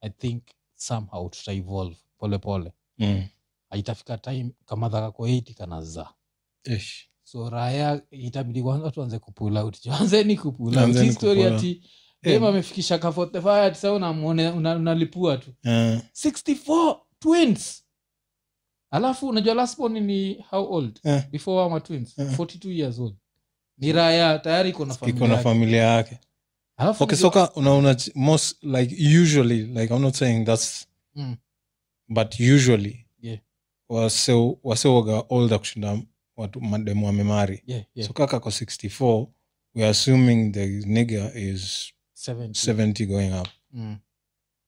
Speaker 1: i think somehow tuta evolve pole pole
Speaker 2: Mm.
Speaker 1: itafika time kamadha kako 80 kanaza
Speaker 2: Ish.
Speaker 1: so raya itabidi kwanza tuanze kupula out anzeni kupula out
Speaker 2: Anzeni
Speaker 1: Hii story
Speaker 2: kupull
Speaker 1: ati
Speaker 2: Eh.
Speaker 1: dem amefikisha ka 45 ati sasa unamwone- una- unalipua tu
Speaker 2: Yeah.
Speaker 1: 64 twins alafu unajua last born ni how old
Speaker 2: Eh.
Speaker 1: before ama twins
Speaker 2: Eh.
Speaker 1: 42 years old ni raya tayari iko na
Speaker 2: iko na
Speaker 1: familia yake.
Speaker 2: familia yake
Speaker 1: Alafu
Speaker 2: okay
Speaker 1: unajua-
Speaker 2: so ka unaona ch- most like usually like i'm not saying that's
Speaker 1: Mm.
Speaker 2: but usually
Speaker 1: Yeah.
Speaker 2: wase wase waga older kushinda watu mademu wamemari
Speaker 1: yeah, yeah.
Speaker 2: so kaka ko 64 weare assuming the nigger is
Speaker 1: 70.
Speaker 2: 70 going up
Speaker 1: Mm.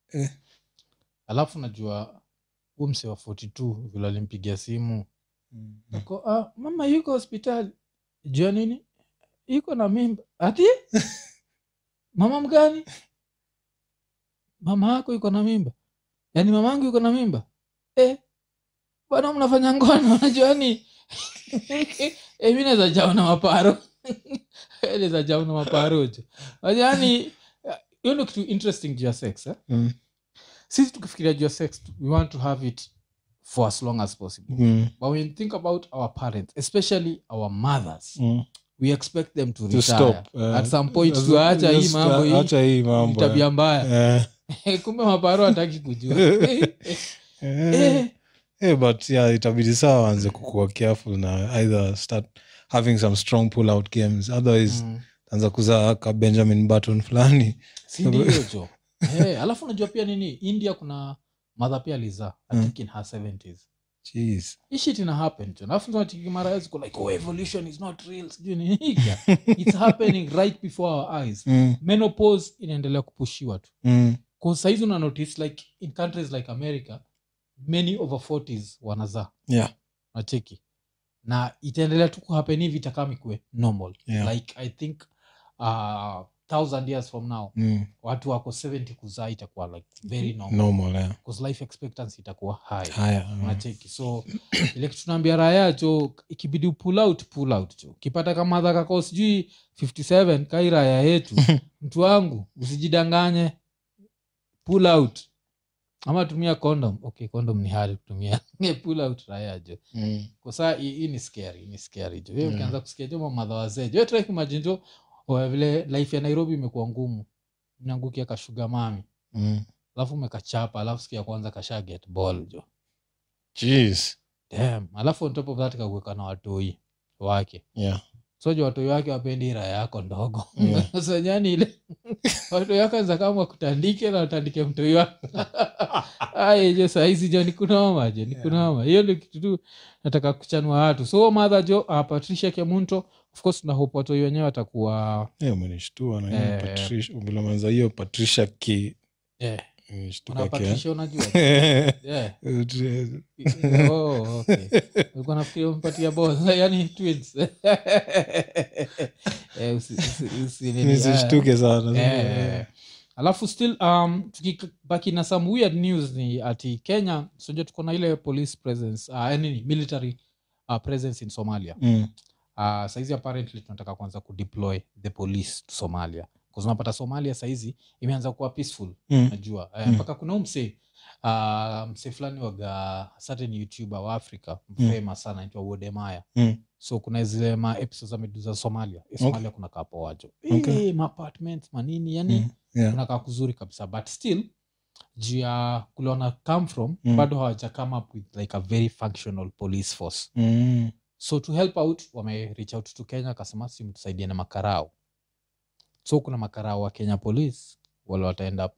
Speaker 2: Eh.
Speaker 1: alafu najua huu mse wa 42 vile alimpigia simu
Speaker 2: Mm.
Speaker 1: Ako, ah, mama yuko hospitali jua nini yuko na mimba ati mama mgani mama yako yuko na mimba yaani mama yangu yuko na mimba eh, bwana mnafanya ngono najuani eh, mi naweza jao na maparo Eh, naweza jao na maparo jo najani yaani, hiyo ndo kitu interesting juu ya sex eh?
Speaker 2: Mm.
Speaker 1: sisi tukifikiria juu ya sex we want to have it for as long as possible
Speaker 2: Mm.
Speaker 1: but when you think about our parents especially our mothers
Speaker 2: Mm.
Speaker 1: we expect them to
Speaker 2: To
Speaker 1: retire
Speaker 2: stop, eh,
Speaker 1: at some point
Speaker 2: just-
Speaker 1: tuacha hii
Speaker 2: just
Speaker 1: mambo hii
Speaker 2: acha hii
Speaker 1: ni
Speaker 2: mambo
Speaker 1: tabia mbaya
Speaker 2: Eh,
Speaker 1: kumbe maparo hataki kujua
Speaker 2: eh.
Speaker 1: Eh,
Speaker 2: Eh, but yeah itabidi saa waanze kukuwa careful na either start having some strong pull out games otherwise
Speaker 1: Mm.
Speaker 2: anza kuzaa ka benjamin button fulani
Speaker 1: Si ndio hicho? Eh, alafu unajua pia nini india kuna madha pia alizaa I
Speaker 2: Mm.
Speaker 1: think in her 70s
Speaker 2: Jeez.
Speaker 1: His shit ina happen tena alafu natikimaraeziko like oh, evolution is not real sijui ni higa it's happening right before our eyes
Speaker 2: Mm,
Speaker 1: menopause inaendelea kupushiwa tu
Speaker 2: mm,
Speaker 1: Cause saizi una notice like in countries like america many over 40s wanazaa
Speaker 2: Yeah.
Speaker 1: nacheki na itaendelea tu kuhappen hivi itakama ikuwe normal
Speaker 2: yeah,
Speaker 1: like i think uh, thousand years from now
Speaker 2: mm,
Speaker 1: watu wako 70 kuzaa itakuwa like
Speaker 2: Mm-hmm.
Speaker 1: very normal
Speaker 2: normal, yeah.
Speaker 1: cause life expectancy itakuwa high
Speaker 2: Haya, mm.
Speaker 1: unacheki so ile kitu tunaambia raya cho ikibidi pull out pull out cho ukipata kamadha kako sijui 57 kai raya yetu mtu wangu usijidanganye pull out ama tumia condom okay condom ni hali kutumia pull out raya jo
Speaker 2: Mm.
Speaker 1: kwa saa hii hii ni scary ni scary jo wewe
Speaker 2: Yeah.
Speaker 1: ukianza kusikia jo mamadha wazee jo wewe try kumagine jo oh, vile life ya nairobi imekuwa ngumu nangukia kashuga mami
Speaker 2: Mm.
Speaker 1: alafu umekachapa alafu sikia kwanza kasha get ball jo
Speaker 2: Jeez.
Speaker 1: Damn. alafu on top of that kakuweka na watoi wake
Speaker 2: Yeah.
Speaker 1: soja watoi wake wapendi ira yako ndogo
Speaker 2: Yeah.
Speaker 1: so nyani ile watoi wake anza kama wakutandike na watandike mtoi wake Aye, jo saizi jo nikunoma jo nikunoma hiyo ndio kitu tu nataka kuchanua watu so madha jo uh, patricia kemunto of course na hope watoi wenyewe watakuwa
Speaker 2: Yeah, umenishtua na hiyo
Speaker 1: Eh.
Speaker 2: Patricia- vile umeanza hiyo patricia ki
Speaker 1: eh,
Speaker 2: imenishtuka
Speaker 1: kuna
Speaker 2: kia.
Speaker 1: patricia unajua yeah. Oh, okay. Ulikuwa nafikiri umepatia ball. Yaani twins. Eh, usi- usi- usi- nini, eh.
Speaker 2: nisishtuke sana
Speaker 1: Eh, alafu still um, tukibaki na some weird news ni ati kenya soja tuko na ile police presence uh, nini, military uh, presence in somalia
Speaker 2: Mm,
Speaker 1: uh, saizi apparently tunataka kwanza kudeploy the police to somalia Because unapata somalia saizi imeanza kuwa peaceful
Speaker 2: mm,
Speaker 1: najua Eh,
Speaker 2: Mm.
Speaker 1: mpaka kuna umse uh, mse fulani waga certain youtuber wa africa
Speaker 2: Mm.
Speaker 1: mfema sana anaitwa wodemaya
Speaker 2: Mm.
Speaker 1: so kuna zile ma episodes ameduza somalia Eh,
Speaker 2: Okay.
Speaker 1: somalia kuna kapo wajo
Speaker 2: Okay.
Speaker 1: Eh, ma apartments manini yani
Speaker 2: mm, yeah,
Speaker 1: kuna kaa kuzuri kabisa but still juu ya kule wana come from
Speaker 2: Mm.
Speaker 1: bado hawaja come up with like a very functional police force
Speaker 2: mm,
Speaker 1: so to help out wame reach out to kenya akasema si mtusaidie na makarao so kuna makarao wa kenya police wale wataenda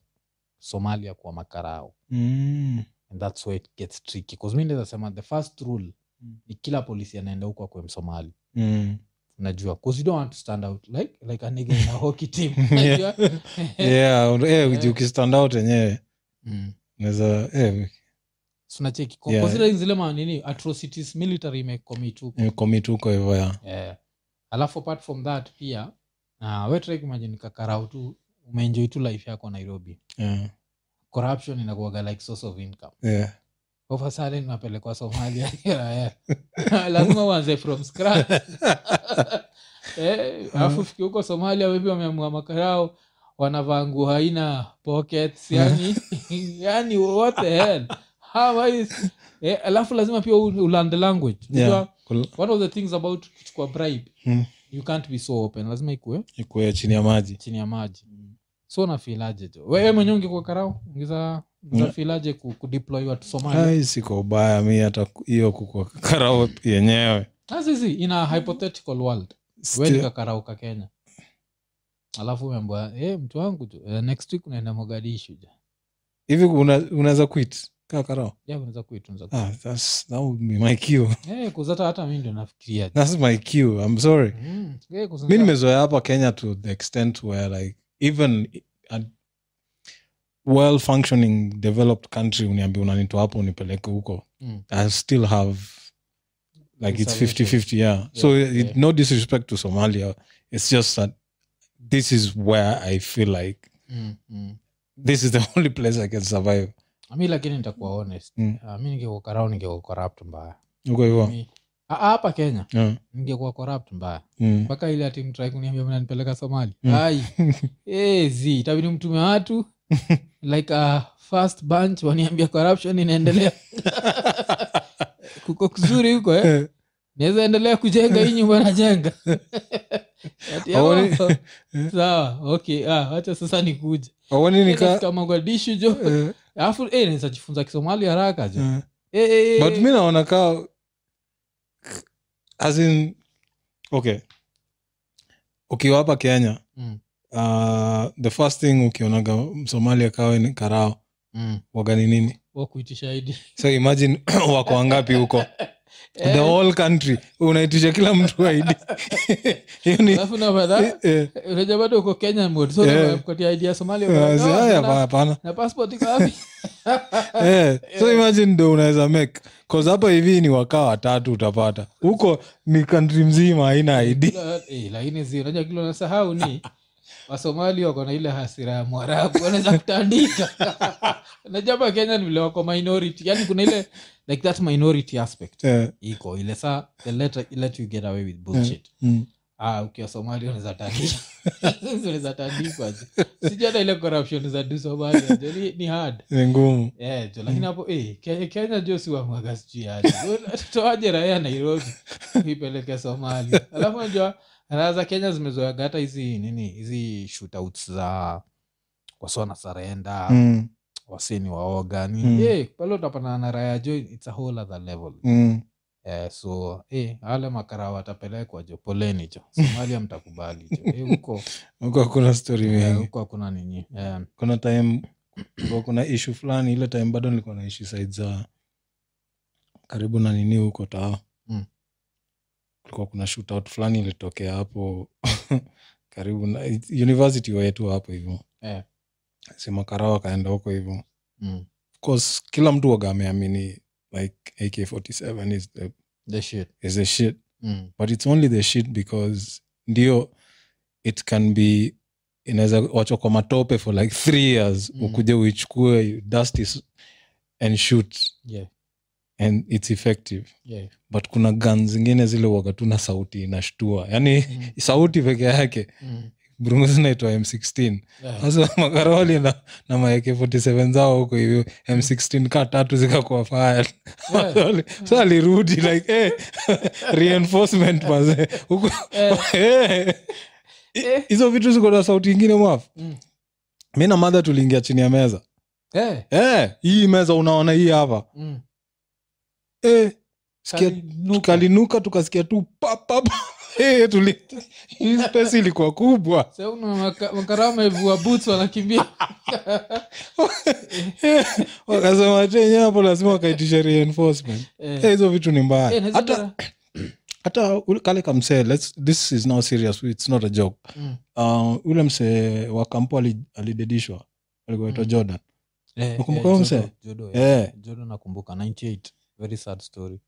Speaker 1: somalia kuwa makarao
Speaker 2: mm,
Speaker 1: and that's where it gets tricky bcause mi naweza sema the first rule
Speaker 2: Mm.
Speaker 1: ni kila polisi anaenda huko akwe msomali
Speaker 2: mm.
Speaker 1: unajua bcause you don't want to stand out like like a nigga in a hockey team
Speaker 2: Yeah.
Speaker 1: Unajua?
Speaker 2: Yeah, un- eh, uki-
Speaker 1: Eh.
Speaker 2: ukistand out wenyewe
Speaker 1: mm.
Speaker 2: unaweza eh,
Speaker 1: sunacheki
Speaker 2: Yeah.
Speaker 1: yeah. zile manini atrocities military imecommit huko
Speaker 2: eh, commit huko hivyo ya
Speaker 1: yeah. alafu apart from that pia uh, wetrekimajini kakarau tu umeenjoy tu life yako nairobi
Speaker 2: Yeah,
Speaker 1: corruption inakuaga like source of income
Speaker 2: yeah.
Speaker 1: ofasale napelekwa somalia Yeah. lazima uanze from scratch Eh, alafu fiki huko somalia wepi wameamua makarao wanavaa nguo haina pockets yani yani what the hell How is- eh, alafu lazima pia u- uland language
Speaker 2: Yeah.
Speaker 1: Unajua,
Speaker 2: Kul-
Speaker 1: one of the things about kuchukua bribe
Speaker 2: Mm.
Speaker 1: you can't be so open lazima ikue
Speaker 2: ikuwe chini ya maji
Speaker 1: chini ya maji so unafilaje jo wewe mwenyewe ungekuwa karao ungeza
Speaker 2: Yeah.
Speaker 1: ungezafilaje ku, kudeploy watu somalia
Speaker 2: Ai, siko ubaya mi hata ku- hiyo kukua karao yenyewe
Speaker 1: sisi Ah, in a hypothetical world we
Speaker 2: Still-
Speaker 1: nikakarauka kenya alafu umeambwa hey, mtu wangu jo eh, next week unaenda mogadishu jo
Speaker 2: hivi una- unaweza quit kaa karao
Speaker 1: ja unaweza kuitunza
Speaker 2: ah, that's, that would be my cue.
Speaker 1: hey, kuzata hata mi ndio nafikiria jo
Speaker 2: That's my cue. I'm sorry
Speaker 1: Mm, eh, kuzata-
Speaker 2: mi nimezoea hapa kenya to the extent where like even a well functioning developed country uniambia unanitoa hapo unipeleke huko
Speaker 1: Mm.
Speaker 2: i still have like it's
Speaker 1: Reservations.
Speaker 2: 50-50 yeah, so
Speaker 1: Yeah,
Speaker 2: it,
Speaker 1: yeah.
Speaker 2: no disrespect to somalia it's just that this is where i feel like
Speaker 1: Mm, mm.
Speaker 2: this is the only place i can survive
Speaker 1: mi Ah, lakini nitakuwa honest
Speaker 2: Mm.
Speaker 1: Ah, mi ningekuwa karao ningekuwa corrupt mbaya
Speaker 2: uko hivo
Speaker 1: Mi- Ah, ah, hapa kenya
Speaker 2: yeah.
Speaker 1: ningekuwa corrupt mbaya
Speaker 2: mm.
Speaker 1: mpaka ile ati mtrai kuniambia mnanipeleka somali
Speaker 2: Mm.
Speaker 1: ai ezi itabidi mtume watu like a first bunch waniambia corruption inaendelea kuko kuzuri huko eh?
Speaker 2: Eh,
Speaker 1: naweza endelea kujenga hii nyumba najenga Ati,
Speaker 2: Haoni- Eh?
Speaker 1: "Oh, sawa okay ah, wacha sasa nikuja
Speaker 2: Haoni nika
Speaker 1: Nafika mogadishu jo
Speaker 2: eh,
Speaker 1: alafu eh, naweza jifunza kisomali haraka jo
Speaker 2: eh.
Speaker 1: Eh, eh, eh.
Speaker 2: but mi naona kaa as in okay ukiwa hapa kenya
Speaker 1: Mm.
Speaker 2: uh, the first thing ukionaga msomali akawe ni karao
Speaker 1: mm.
Speaker 2: wagani nini
Speaker 1: wakuitisha idi
Speaker 2: so imagine wako wangapi huko
Speaker 1: Eh.
Speaker 2: the whole country unaitisha kila mtu aidi hiyo ni
Speaker 1: alafu na fadha
Speaker 2: eh,
Speaker 1: unajua bado uko kenya mode so
Speaker 2: Yeah.
Speaker 1: kupatia idea ya somalia
Speaker 2: eh,
Speaker 1: unaona,
Speaker 2: zi-
Speaker 1: "Oh,
Speaker 2: haya,
Speaker 1: na-
Speaker 2: hapa- hapana
Speaker 1: na passport iko wapi
Speaker 2: Eh, so imagine ndo unaweza make cause hapa hivi ni wakaa watatu utapata huko ni country mzima haina id
Speaker 1: Eh, lakini zi unajua kile unasahau ni wasomali wako na ile hasira ya mwarabu wanaweza kutandika najua hapa kenya ni vile wako minority yani kuna ile like that minority aspect
Speaker 2: Eh,
Speaker 1: iko ile saa the letter let you get away with bullshit
Speaker 2: mm.
Speaker 1: ah ukiwa somali unaweza tandika Sisi unaweza tandikwa zi. sijui hata ile corruption za du somalia jo, ni, ni hard
Speaker 2: ni ngumu
Speaker 1: Eh, jo,
Speaker 2: Mm.
Speaker 1: lakini hapo eh, Ke- kenya jo si wamwaga sijui aje. toaje raia nairobi ipeleke somalia alafu najua raia za kenya zimezoeaga hata hizi nini hizi shootouts za wasona sarenda
Speaker 2: Mm,
Speaker 1: waseni waoga nini
Speaker 2: Mm.
Speaker 1: Eh, pale utapatana na raya jo it's a whole other level
Speaker 2: mm.
Speaker 1: eh, so eh, ale makara watapelekwa jo poleni jo somalia mtakubali jo Eh, huko
Speaker 2: huko kuna story
Speaker 1: eh,
Speaker 2: mingi
Speaker 1: huko hakuna nini eh,
Speaker 2: kuna time kulikuwa kuna ishu fulani ile time bado nilikuwa naishi side za karibu na nini huko taa
Speaker 1: Mm.
Speaker 2: kulikuwa kuna shootout fulani ilitokea hapo karibu na university wetu hapo hivyo
Speaker 1: Eh.
Speaker 2: sema karao akaenda huko hivyo
Speaker 1: mm,
Speaker 2: Of course kila mtu waga ameamini like ak47 is the,
Speaker 1: the shit
Speaker 2: is the shit
Speaker 1: mm,
Speaker 2: but it's only the shit because ndio it can be inaweza wachwa kwa matope for like three years
Speaker 1: Mm.
Speaker 2: ukuje uichukue you dust is, and shoot
Speaker 1: yeah,
Speaker 2: and it's effective
Speaker 1: yeah.
Speaker 2: but kuna gun zingine zile waga tu na sauti inashtua yani
Speaker 1: Mm,
Speaker 2: sauti peke yake
Speaker 1: mm, eh.
Speaker 2: burungu zinaitwa m16
Speaker 1: yeah.
Speaker 2: sasa makaroli na, na maak 47 zao huko hivyo m16 ka tatu zikakuwa faya
Speaker 1: Yeah.
Speaker 2: so alirudi like eh, reinforcement maze huko
Speaker 1: Eh,
Speaker 2: Eh,
Speaker 1: eh.
Speaker 2: hizo vitu ziko na sauti ingine mwaf
Speaker 1: Mm.
Speaker 2: mi na madha tuliingia chini ya meza
Speaker 1: Eh,
Speaker 2: eh, hii meza unaona hii hapa
Speaker 1: mm.
Speaker 2: eh, sikia-
Speaker 1: Kalinuka.
Speaker 2: tukalinuka tukasikia tu papap Eh, tuli- hii space ilikuwa kubwa
Speaker 1: Sasa una maka- makara wamevua boots wanakimbia Eh.
Speaker 2: wakasema chenye hapo lazima wakaitisha reinforcement Eh,
Speaker 1: Eh,
Speaker 2: hizo vitu ni
Speaker 1: eh,
Speaker 2: mbaya
Speaker 1: naweza
Speaker 2: hata
Speaker 1: bara-
Speaker 2: hata ule- kale kamsee let's- this is now serious it's not a joke
Speaker 1: Mm.
Speaker 2: uh, ule msee wa kampo ali- alidedishwa alikuwaitwa
Speaker 1: Mm.
Speaker 2: jordan
Speaker 1: Eh,
Speaker 2: Nakumbuka
Speaker 1: eh,
Speaker 2: huyo
Speaker 1: Jodo-
Speaker 2: msee?
Speaker 1: Jodo, yeah.
Speaker 2: Eh,
Speaker 1: Jodo nakumbuka 98 very sad story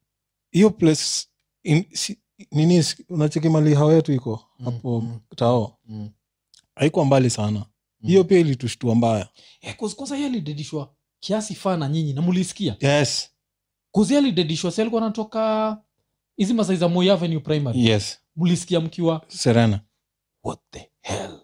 Speaker 2: hiyo place in, si, nini si- unacheki mali hawa yetu iko
Speaker 1: Mm,
Speaker 2: hapo
Speaker 1: mm.
Speaker 2: tao
Speaker 1: Mm,
Speaker 2: haikuwa mbali sana
Speaker 1: mm.
Speaker 2: hiyo pia ilitushtua mbaya
Speaker 1: Eh, 'cause kwanza hiyo alidedishwa kiasi faa na nyinyi na mulisikia
Speaker 2: yes
Speaker 1: kuzia alidedishwa si alikuwa anatoka hizi masai za Moi Avenue primary
Speaker 2: yes
Speaker 1: mulisikia mkiwa
Speaker 2: serena
Speaker 1: what the hell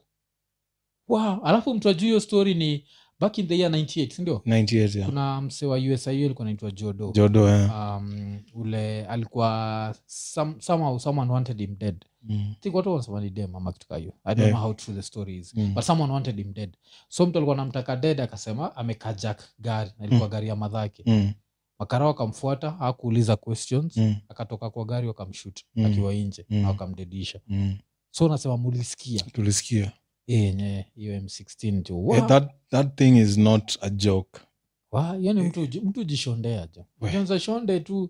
Speaker 1: wow alafu mtu ajuu hiyo story ni back in the year 98 sindio
Speaker 2: 98 yeah.
Speaker 1: kuna msee wa usiu alikuwa naitwa jodo
Speaker 2: jodo yeah.
Speaker 1: um, ule alikuwa some, somehow someone wanted him dead
Speaker 2: mm.
Speaker 1: I think watu wanasema ni dem ama kitu kaa hiyo i don't
Speaker 2: Yeah.
Speaker 1: know how true the story is
Speaker 2: Eh. Mm.
Speaker 1: but someone wanted him dead so mtu alikuwa namtaka dead akasema amekajak gari na ilikuwa gari ya madhake
Speaker 2: Mm.
Speaker 1: makara wakamfuata hakuuliza questions
Speaker 2: Mm.
Speaker 1: akatoka kwa gari wakamshut
Speaker 2: Mm.
Speaker 1: akiwa nje
Speaker 2: Mm.
Speaker 1: na wakamdedisha
Speaker 2: Mm.
Speaker 1: so nasema mulisikia
Speaker 2: tulisikia
Speaker 1: Eh, yenye hiyo m16 jo
Speaker 2: Eh,
Speaker 1: wa-
Speaker 2: that, that thing is not a joke
Speaker 1: wa-
Speaker 2: Eh.
Speaker 1: yani Yaani mtu uji- mtu jishondea jo
Speaker 2: We.
Speaker 1: jonza shonde tu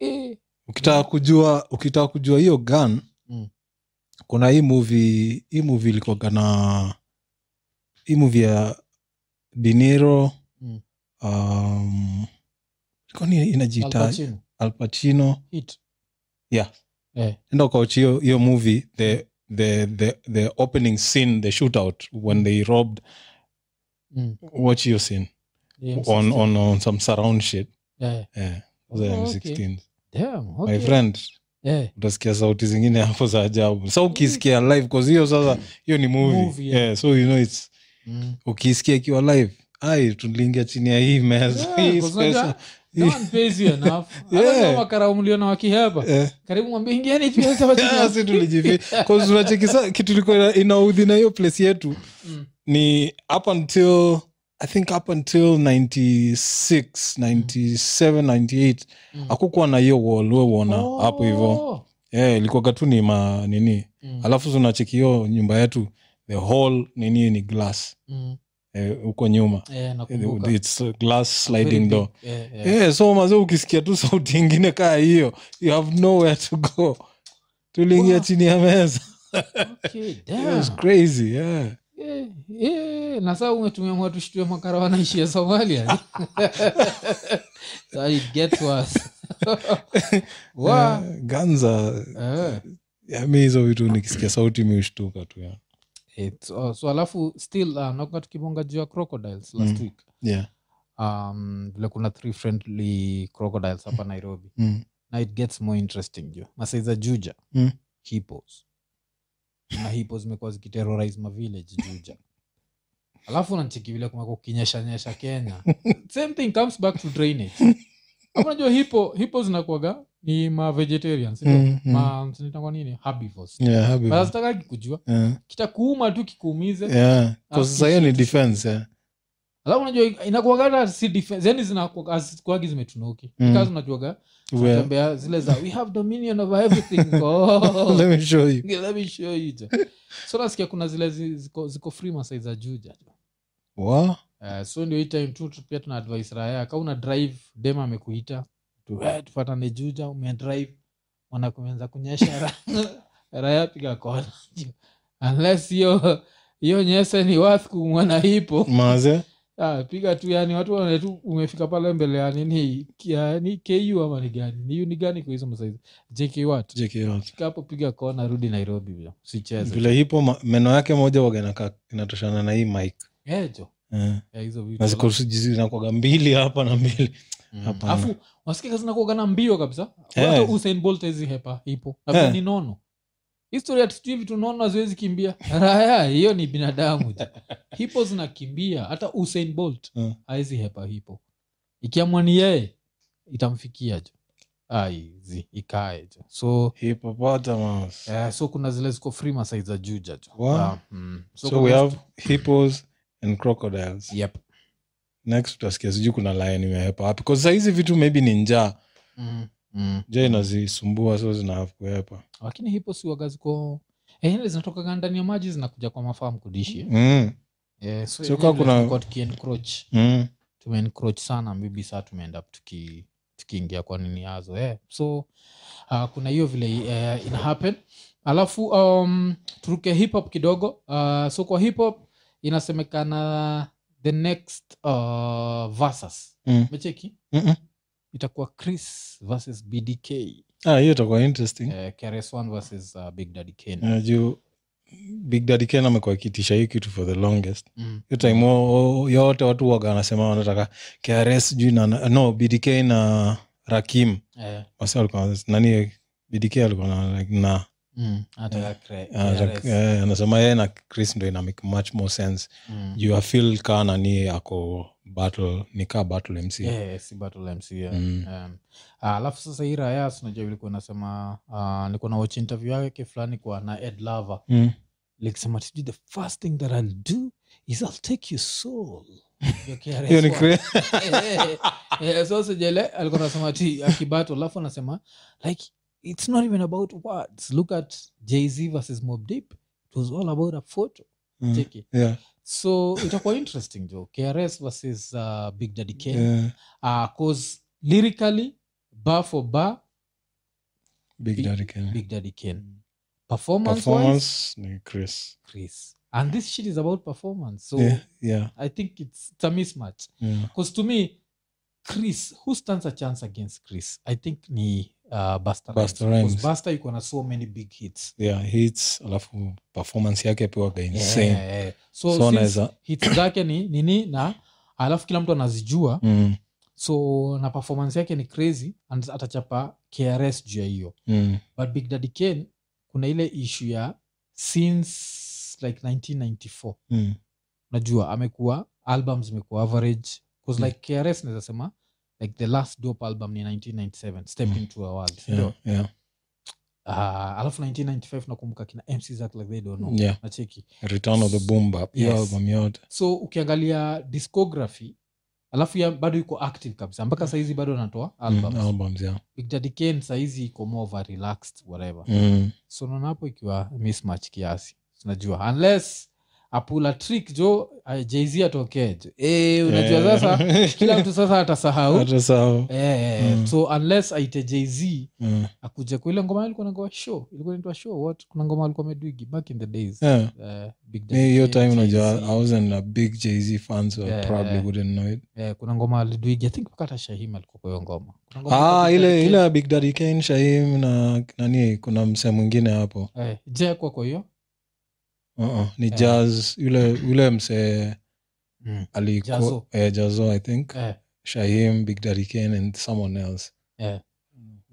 Speaker 1: eh,
Speaker 2: ukitaka kujua ukitaka kujua hiyo gun
Speaker 1: Mm.
Speaker 2: kuna hii movie hii movie ilikuwaga na hii movie ya diniro
Speaker 1: Mm.
Speaker 2: um, ilikuwa ni
Speaker 1: Al
Speaker 2: inajiita
Speaker 1: Pacino,
Speaker 2: alpachino
Speaker 1: hit
Speaker 2: Yeah.
Speaker 1: eh,
Speaker 2: enda ukauchi hiyo hiyo movie the,
Speaker 1: Mm.
Speaker 2: the, the, the opening scene the shootout when they robbed
Speaker 1: mm,
Speaker 2: watch hiyo scene
Speaker 1: eh,
Speaker 2: on,
Speaker 1: M16.
Speaker 2: on, on some surround shit
Speaker 1: Eh,
Speaker 2: yeah. the
Speaker 1: Oh,
Speaker 2: M16
Speaker 1: okay. damn,
Speaker 2: my
Speaker 1: okay.
Speaker 2: friend
Speaker 1: Eh,
Speaker 2: utasikia sauti zingine hapo za ajabu sa ukisikia live cause hiyo sasa hiyo ni movie,
Speaker 1: Movie,
Speaker 2: yeah.
Speaker 1: yeah.
Speaker 2: so you know it's
Speaker 1: mm.
Speaker 2: ukisikia ikiwa live ai tuliingia chini ya hii meza
Speaker 1: Yeah,
Speaker 2: hii
Speaker 1: kwa
Speaker 2: space.
Speaker 1: sababu- No one pays you enough.
Speaker 2: Yeah.
Speaker 1: Hata kama makara mliona wakihepa
Speaker 2: Eh,
Speaker 1: karibu mwambie ingieni tu, sasa wachini ya-
Speaker 2: si tulijivi cause unacheki sa kitu ilikuwa inaudhi na hiyo place yetu
Speaker 1: Mm,
Speaker 2: ni up until i think up until 96 97 98
Speaker 1: mm.
Speaker 2: Ah, hakukuwa na hiyo wall wewe uona
Speaker 1: hum. Oh,
Speaker 2: hapo hivyo yeah, ilikuwaga tu ni ma nini
Speaker 1: Mm.
Speaker 2: alafu sunachekio nyumba yetu the whole nini ni glass
Speaker 1: Mm.
Speaker 2: eh, huko nyuma
Speaker 1: Eh, nakumbuka.
Speaker 2: its glass
Speaker 1: Very
Speaker 2: sliding
Speaker 1: big.
Speaker 2: door É.
Speaker 1: Eh, eh.
Speaker 2: yeah. so maze ukisikia tu sauti ingine kaa hiyo you have nowhere to go tuliingia
Speaker 1: Wow.
Speaker 2: chini ya meza
Speaker 1: Okay,
Speaker 2: yeah.
Speaker 1: damn.
Speaker 2: crazy yeah.
Speaker 1: Eh, eh, na saa umetumeamua tushtue makara wanaishia somalia so it gets worse. Wa-
Speaker 2: Yeah, guns are-
Speaker 1: Eh.
Speaker 2: Yeah, mi hizo vitu nikisikia sauti miushtuka tu yeah.
Speaker 1: It's- oh, so alafu still uh, nakuwa tukibonga juu ya crocodiles last
Speaker 2: Mm.
Speaker 1: week
Speaker 2: Yeah.
Speaker 1: um, vile kuna three friendly crocodiles hapa nairobi
Speaker 2: Mm.
Speaker 1: na it gets more interesting jo masaiza juja
Speaker 2: Mm.
Speaker 1: hippos na hipo zimekuwa zikiterrorize mavillage juja alafu nanchiki vile kumekuwa kukinyeshanyesha kenya same thing comes back to drainage Hapo unajua hipo hipo zinakuaga ni ma vegetarians sio?
Speaker 2: Mm, mm.
Speaker 1: ma zinaitangwa nini herbivores
Speaker 2: Yeah, happy.
Speaker 1: But hazitaki kujua
Speaker 2: Yeah.
Speaker 1: kitakuuma tu kikuumize
Speaker 2: Yeah. 'Cause
Speaker 1: Ah,
Speaker 2: sasa hiyo ni defense yeah.
Speaker 1: alafu unajua inakuaga hata si defense yani zinakuagi zimetunuki
Speaker 2: Mm.
Speaker 1: mm. unajuaga
Speaker 2: Where-
Speaker 1: tembea zile za we have dominion over everything God."
Speaker 2: let me show you
Speaker 1: Yeah, let me show you jo. so nasikia kuna zile zi- ziko, ziko free masai za juja
Speaker 2: Wa?
Speaker 1: uh, so ndio hii time tu tu- pia tuna advice raya ka una drive dem amekuita tu, eh, tufatane juja umedrive wanakumenza kunyesha ra- raya piga kona unless hiyo hiyo nyese ni wath kumwana hipo
Speaker 2: maze
Speaker 1: ah, piga tu yani watu wana tu umefika pale mbele ya nini kia- ni ku ama ni gani ni ni gani kwa hizo masaizi jk wat
Speaker 2: Check it out.
Speaker 1: fika hapo piga kona rudi nairobi vile usicheze
Speaker 2: vile hipo ma- meno yake moja waga inaka- inatoshana na hii mic
Speaker 1: ejo
Speaker 2: Eh.
Speaker 1: ya hizo vitu.
Speaker 2: na ziko zinakuwaga mbili hapa na mbili
Speaker 1: Mm.
Speaker 2: hapana.
Speaker 1: Alafu, wasikia kazi zinakuwaga na mbio kabisa
Speaker 2: Eh.
Speaker 1: hata Usain Bolt hizi hepa ipo na
Speaker 2: Eh.
Speaker 1: pia ni nono historia tusijui vitu nono haziwezi kimbia raya hiyo ni binadamu tu. hipo zinakimbia hata Usain Bolt
Speaker 2: Eh.
Speaker 1: hawezi hepa hipo ikiamua ni yeye itamfikia jo aizi ikae jo so
Speaker 2: hippopotamus
Speaker 1: eh, so kuna zile ziko free masai za juja jo
Speaker 2: Wow.
Speaker 1: Ah, mm.
Speaker 2: so,
Speaker 1: kuna-
Speaker 2: we have hippos and crocodiles
Speaker 1: Yep.
Speaker 2: next tutasikia sijui kuna lion imehepa wapi bcause sahizi vitu maybe ni njaa
Speaker 1: Mm. Mm.
Speaker 2: njaa inazisumbua so zinaafu kuhepa
Speaker 1: lakini hipo si waga ziko eh, ile zinatokaga ndani ya maji zinakuja kwa mafamu kudishi
Speaker 2: mm.
Speaker 1: yeah, so so
Speaker 2: So kwa kuna-
Speaker 1: tukiencroach
Speaker 2: Mm.
Speaker 1: tumeencroach sana maybe saa tumeenda tuki tukiingia kwa nini yazo eh. so uh, kuna hiyo vile uh, ina happen alafu um, turuke hip hop kidogo uh, so kwa hip hop inasemekana the next uh, versus
Speaker 2: Mm.
Speaker 1: mecheki
Speaker 2: Mm-mm.
Speaker 1: itakuwa chris versus bdk
Speaker 2: Ah, hiyo itakuwa interesting
Speaker 1: uh, krs1 versus uh, big daddy kane
Speaker 2: yeah. juu big daddy ken amekuwa akiitisha hii kitu for the longest
Speaker 1: mm.
Speaker 2: hiyo time o- o- yote watu waga wanasema wanataka krs juu na na- no bdk na rakim
Speaker 1: eh,
Speaker 2: wasi walikuwa nani bdk alikuwa na, like, na
Speaker 1: mm. Anataka kre-
Speaker 2: uh,
Speaker 1: KRS.
Speaker 2: rak- eh, anasema yeye na chris ndo ina make much more sense
Speaker 1: Mm.
Speaker 2: juu afil kaa nani ako battle ni kaa battle mc
Speaker 1: Yeah, si battle MC, yeah.
Speaker 2: Mm.
Speaker 1: Um, ah, alafu sasa hii raya unajua vilikuwa nasema uh, nilikuwa na watch interview yake fulani kwa na ed lava
Speaker 2: Mm.
Speaker 1: likisema sijui the first thing that i'll do is i'll take your soul Your KRS
Speaker 2: hiyo ni
Speaker 1: one.
Speaker 2: cra-
Speaker 1: Eh, eh, eh, so sijele alikuwa nasema ti akibato alafu anasema like it's not even about words look at jz versus mob deep it was all about a photo
Speaker 2: Mm.
Speaker 1: cheki
Speaker 2: Yeah,
Speaker 1: so itakuwa interesting jo krs versus uh, big daddy kane yeah.
Speaker 2: yeah.
Speaker 1: uh, cause lyrically bar for bar
Speaker 2: big
Speaker 1: Big-
Speaker 2: daddy ken
Speaker 1: big daddy kane performance, performance.
Speaker 2: performance ni chris
Speaker 1: chris and this shit is about performance so
Speaker 2: yeah, yeah,
Speaker 1: i think it's, it's a mismatch
Speaker 2: yeah.
Speaker 1: because to me chris who stands a chance against chris i think ni uh, Busta
Speaker 2: Busta
Speaker 1: Rhymes.
Speaker 2: Rhymes.
Speaker 1: Because Busta yuko na so many big hits
Speaker 2: yeah hits alafu performance yake pia waga
Speaker 1: Yeah,
Speaker 2: insane
Speaker 1: yeah, yeah. so,
Speaker 2: So
Speaker 1: since
Speaker 2: naweza-
Speaker 1: hits zake ni nini na alafu kila mtu anazijua
Speaker 2: Mm,
Speaker 1: so na performance yake ni crazy and atachapa krs juu ya hiyo
Speaker 2: mm.
Speaker 1: but big daddy kane kuna ile issue ya since like 1994
Speaker 2: Mm.
Speaker 1: unajua amekuwa album zimekuwa average bcause
Speaker 2: Mm.
Speaker 1: like krs naweza sema like the last dope album ni 1997 step
Speaker 2: Mm.
Speaker 1: into a world
Speaker 2: Yeah,
Speaker 1: yeah.
Speaker 2: yeah,
Speaker 1: uh, alafu 1995 nakumbuka kina mc zack like they don't know
Speaker 2: yeah.
Speaker 1: nacheki
Speaker 2: return of the boom bap Mm, hiyo
Speaker 1: Yes.
Speaker 2: album yote
Speaker 1: so ukiangalia discography alafu ya bado iko active kabisa mpaka sahizi bado anatoa albums
Speaker 2: Mm, albums, yeah.
Speaker 1: Big Daddy Kane sahizi iko more of a relaxed whatever
Speaker 2: Mm.
Speaker 1: so naona hapo ikiwa mismatch kiasi sinajua unless apula trick jo jz atokee jo Eh, unajua
Speaker 2: Eh.
Speaker 1: sasa kila mtu sasa atasahau
Speaker 2: Hata sawa.
Speaker 1: Eh,
Speaker 2: Mm.
Speaker 1: so unless aite jz
Speaker 2: Mm.
Speaker 1: akuja kwa ile ngoma ilikuwa nangoa show ilikuwa naitwa show what kuna ngoma alikuwa amedwigi back in the days
Speaker 2: Yeah.
Speaker 1: Eh, Big Daddy
Speaker 2: Me, hiyo
Speaker 1: Kane,
Speaker 2: time unajua
Speaker 1: Jay-Z.
Speaker 2: i wasn't a big jz fan so
Speaker 1: Yeah,
Speaker 2: i probably
Speaker 1: yeah.
Speaker 2: wouldn't know it
Speaker 1: Eh, kuna ngoma alidwigi i think mpaka hata shahima alikuwa kwa hiyo ngoma Kuna ngoma
Speaker 2: ah
Speaker 1: alikuwa
Speaker 2: ile
Speaker 1: Big
Speaker 2: ile ya big daddy kane shahim na nani kuna msee mwingine hapo
Speaker 1: Daddy Kane. Eh, je kwa kwa hiyo
Speaker 2: uh-uh. ni
Speaker 1: Eh.
Speaker 2: jazz yule yule msee
Speaker 1: Mm. Jazzo.
Speaker 2: alikuwa eh, jazo i think
Speaker 1: Eh,
Speaker 2: shahim big daddy kane and someone else Mm,
Speaker 1: Yeah.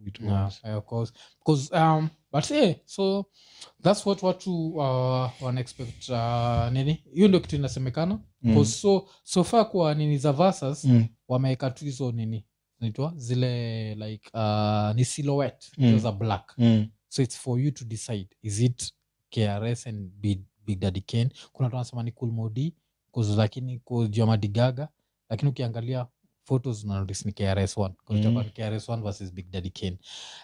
Speaker 2: It
Speaker 1: Yeah,
Speaker 2: was.
Speaker 1: yeah, of course. Because um, but yeah, so that's what watu uh, wanaexpect uh, nini hiyo ndio kitu inasemekana
Speaker 2: Mm.
Speaker 1: 'Cause so so far kwa nini za Versas
Speaker 2: Mm.
Speaker 1: wameweka tu hizo nini naitwa zile like uh, ni silhouette
Speaker 2: Mm.
Speaker 1: hizo za black
Speaker 2: Mm.
Speaker 1: so its for you to decide is it krs and big, big daddy kane kuna watu wanasema ni kulmodi lakini ko- juu ya madigaga lakini ukiangalia photos unanotice ni krs 1
Speaker 2: Mm.
Speaker 1: mm. krs 1 versus big daddy kane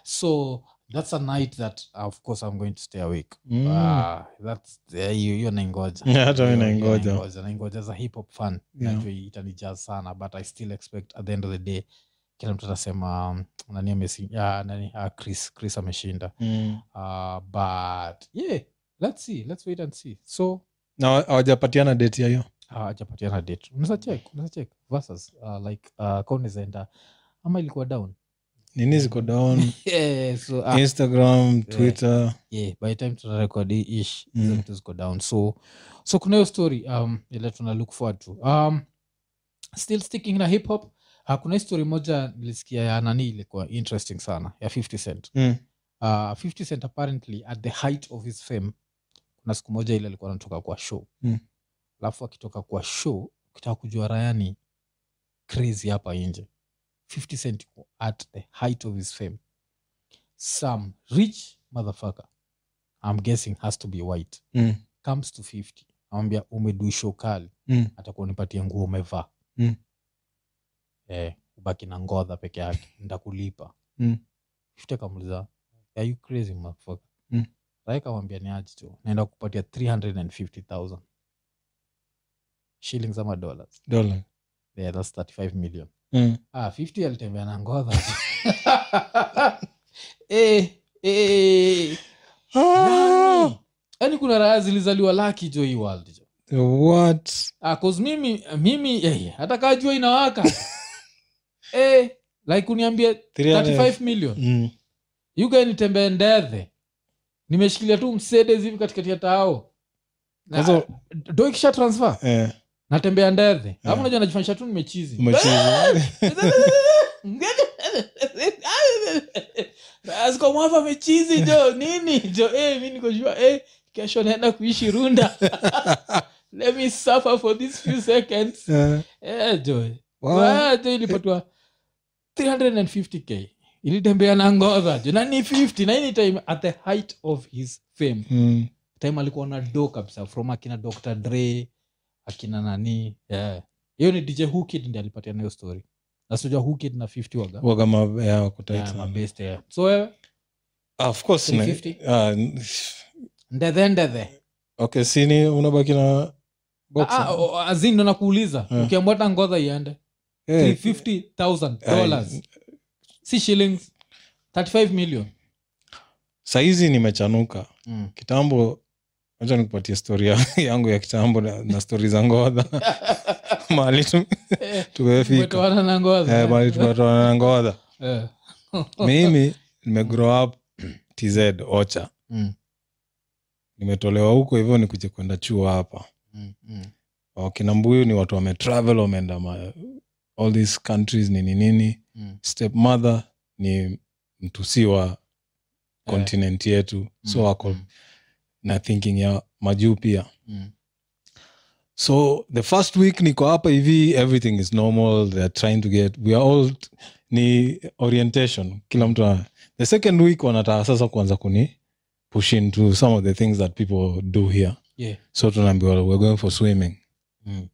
Speaker 1: so that's a night that uh, of course i'm going to stay awake
Speaker 2: Mm.
Speaker 1: Ah, that's eh, hiyo hiyo naingoja
Speaker 2: Yeah, hata mi
Speaker 1: Hiyo- hiyo
Speaker 2: naingoja.
Speaker 1: naingoja as a hip hop fan
Speaker 2: Yeah.
Speaker 1: najua itanijaa sana but i still expect at the end of the day kila mtu atasema um, nani ameshinda nani ah, chris chris ameshinda
Speaker 2: Mm.
Speaker 1: uh, but yeah let's see let's wait and see so
Speaker 2: na wa- hawajapatiana date ya hiyo
Speaker 1: ajapatiana date unaweza check unaweza check versus uh, like uh, kaunezaenda ama ilikuwa down
Speaker 2: nini ziko down
Speaker 1: yeah, so uh,
Speaker 2: instagram twitter
Speaker 1: yeah, by the time tunarekodi ish hizo
Speaker 2: Mm.
Speaker 1: vitu ziko down so so kuna hiyo story um, ile tuna look forward to um, still sticking na hip hop uh, kuna hii story moja nilisikia ya nani ilikuwa interesting sana ya 50 cent
Speaker 2: mm.
Speaker 1: uh, 50 cent apparently at the height of his fame kuna siku moja ile alikuwa anatoka kwa show
Speaker 2: Mm.
Speaker 1: alafu akitoka kwa show ukitaka kujua rayani crazy hapa nje 50 cent yuko at the height of his fame some rich motherfucker i'm guessing has to be white
Speaker 2: Mm.
Speaker 1: comes to 50 anamwambia umedu show kali
Speaker 2: Mm.
Speaker 1: atakuwa unipatie nguo umevaa
Speaker 2: Mm.
Speaker 1: eh, ubaki na ngodha peke yake ndakulipa
Speaker 2: Mm.
Speaker 1: Fifty akamuuliza are you crazy motherfucker
Speaker 2: Mm.
Speaker 1: Rai kamwambia ni aje tu naenda kupatia 350000 shillings ama dollars
Speaker 2: Dollar.
Speaker 1: yeah, that's 35 million
Speaker 2: Mm.
Speaker 1: ah, 50 alitembea na ngodha eh, eh,
Speaker 2: Ah!
Speaker 1: yani. yani kuna raha zilizaliwa laki jo hii world jo
Speaker 2: what
Speaker 1: Ah, 'cause mimi mimi eh, hata kaa jua inawaka eh, like uniambia 35 million
Speaker 2: Mm.
Speaker 1: yuga nitembee ndethe nimeshikilia tu msedes hivi katikati ya tao Na-
Speaker 2: Kwanza-
Speaker 1: do ikisha transfer
Speaker 2: Eh,
Speaker 1: natembea ndethe alafu
Speaker 2: Eh.
Speaker 1: najua najifanyisha tu nimechizi
Speaker 2: machizi.
Speaker 1: sikomwafa mechizi jo nini jo eh, mi nikojua eh, kesho naenda kuishi runda let me suffer for these few seconds
Speaker 2: Eh,
Speaker 1: eh, jo
Speaker 2: wow.
Speaker 1: Wa- jo ilipatwa 350k ilitembea na ngodha jo na ni 50 na hii ni time at the height of his fame
Speaker 2: Mm.
Speaker 1: time alikuwa na do kabisa from akina dr dre akina nani yeah. hiyo ni dj hukid ndi alipatia nayo story nasuja hukid na 50 waga
Speaker 2: Waga ma- yeah, wako tight
Speaker 1: Yeah,
Speaker 2: sana.
Speaker 1: mabest, yeah. so eh, wewe
Speaker 2: Ah, of course, na-
Speaker 1: 350?
Speaker 2: ah, n-
Speaker 1: ndethe ndethe
Speaker 2: okay sini unabaki na box,
Speaker 1: Ah,
Speaker 2: eh?
Speaker 1: oh, azin ndo nakuuliza
Speaker 2: Yeah.
Speaker 1: ukiambiwa hata ngodha iende
Speaker 2: Eh,
Speaker 1: 350000 dollars si shillings 35 million
Speaker 2: sahizi nimechanuka
Speaker 1: mm.
Speaker 2: kitambo acha nikupatie stori yangu ya kitambo na, na stori za ngodha mahali tu-
Speaker 1: Eh,
Speaker 2: tumefika
Speaker 1: umetoana na ngodha
Speaker 2: Eh, mahali tumetoana na ngodha
Speaker 1: Eh.
Speaker 2: mimi nimegrow up tz ocha
Speaker 1: Mm,
Speaker 2: nimetolewa huko hivyo nikuje kwenda chuo hapa
Speaker 1: mm, mm,
Speaker 2: wakina mbuyu ni watu wametravel wameenda ma- all these countries nini nini
Speaker 1: mm.
Speaker 2: stepmother ni mtusi wa kontinent yetu so
Speaker 1: Mm,
Speaker 2: wako
Speaker 1: mm,
Speaker 2: na thinking ya majuu pia
Speaker 1: mm,
Speaker 2: so the first week niko hapa hivi everything is normal theyare trying to get we are all ni orientation kila mtu ana- the second week wanataka sasa kuanza kuni push into some of the things that people do here
Speaker 1: yeah,
Speaker 2: so tunaambiwa we're going for swimming
Speaker 1: mm,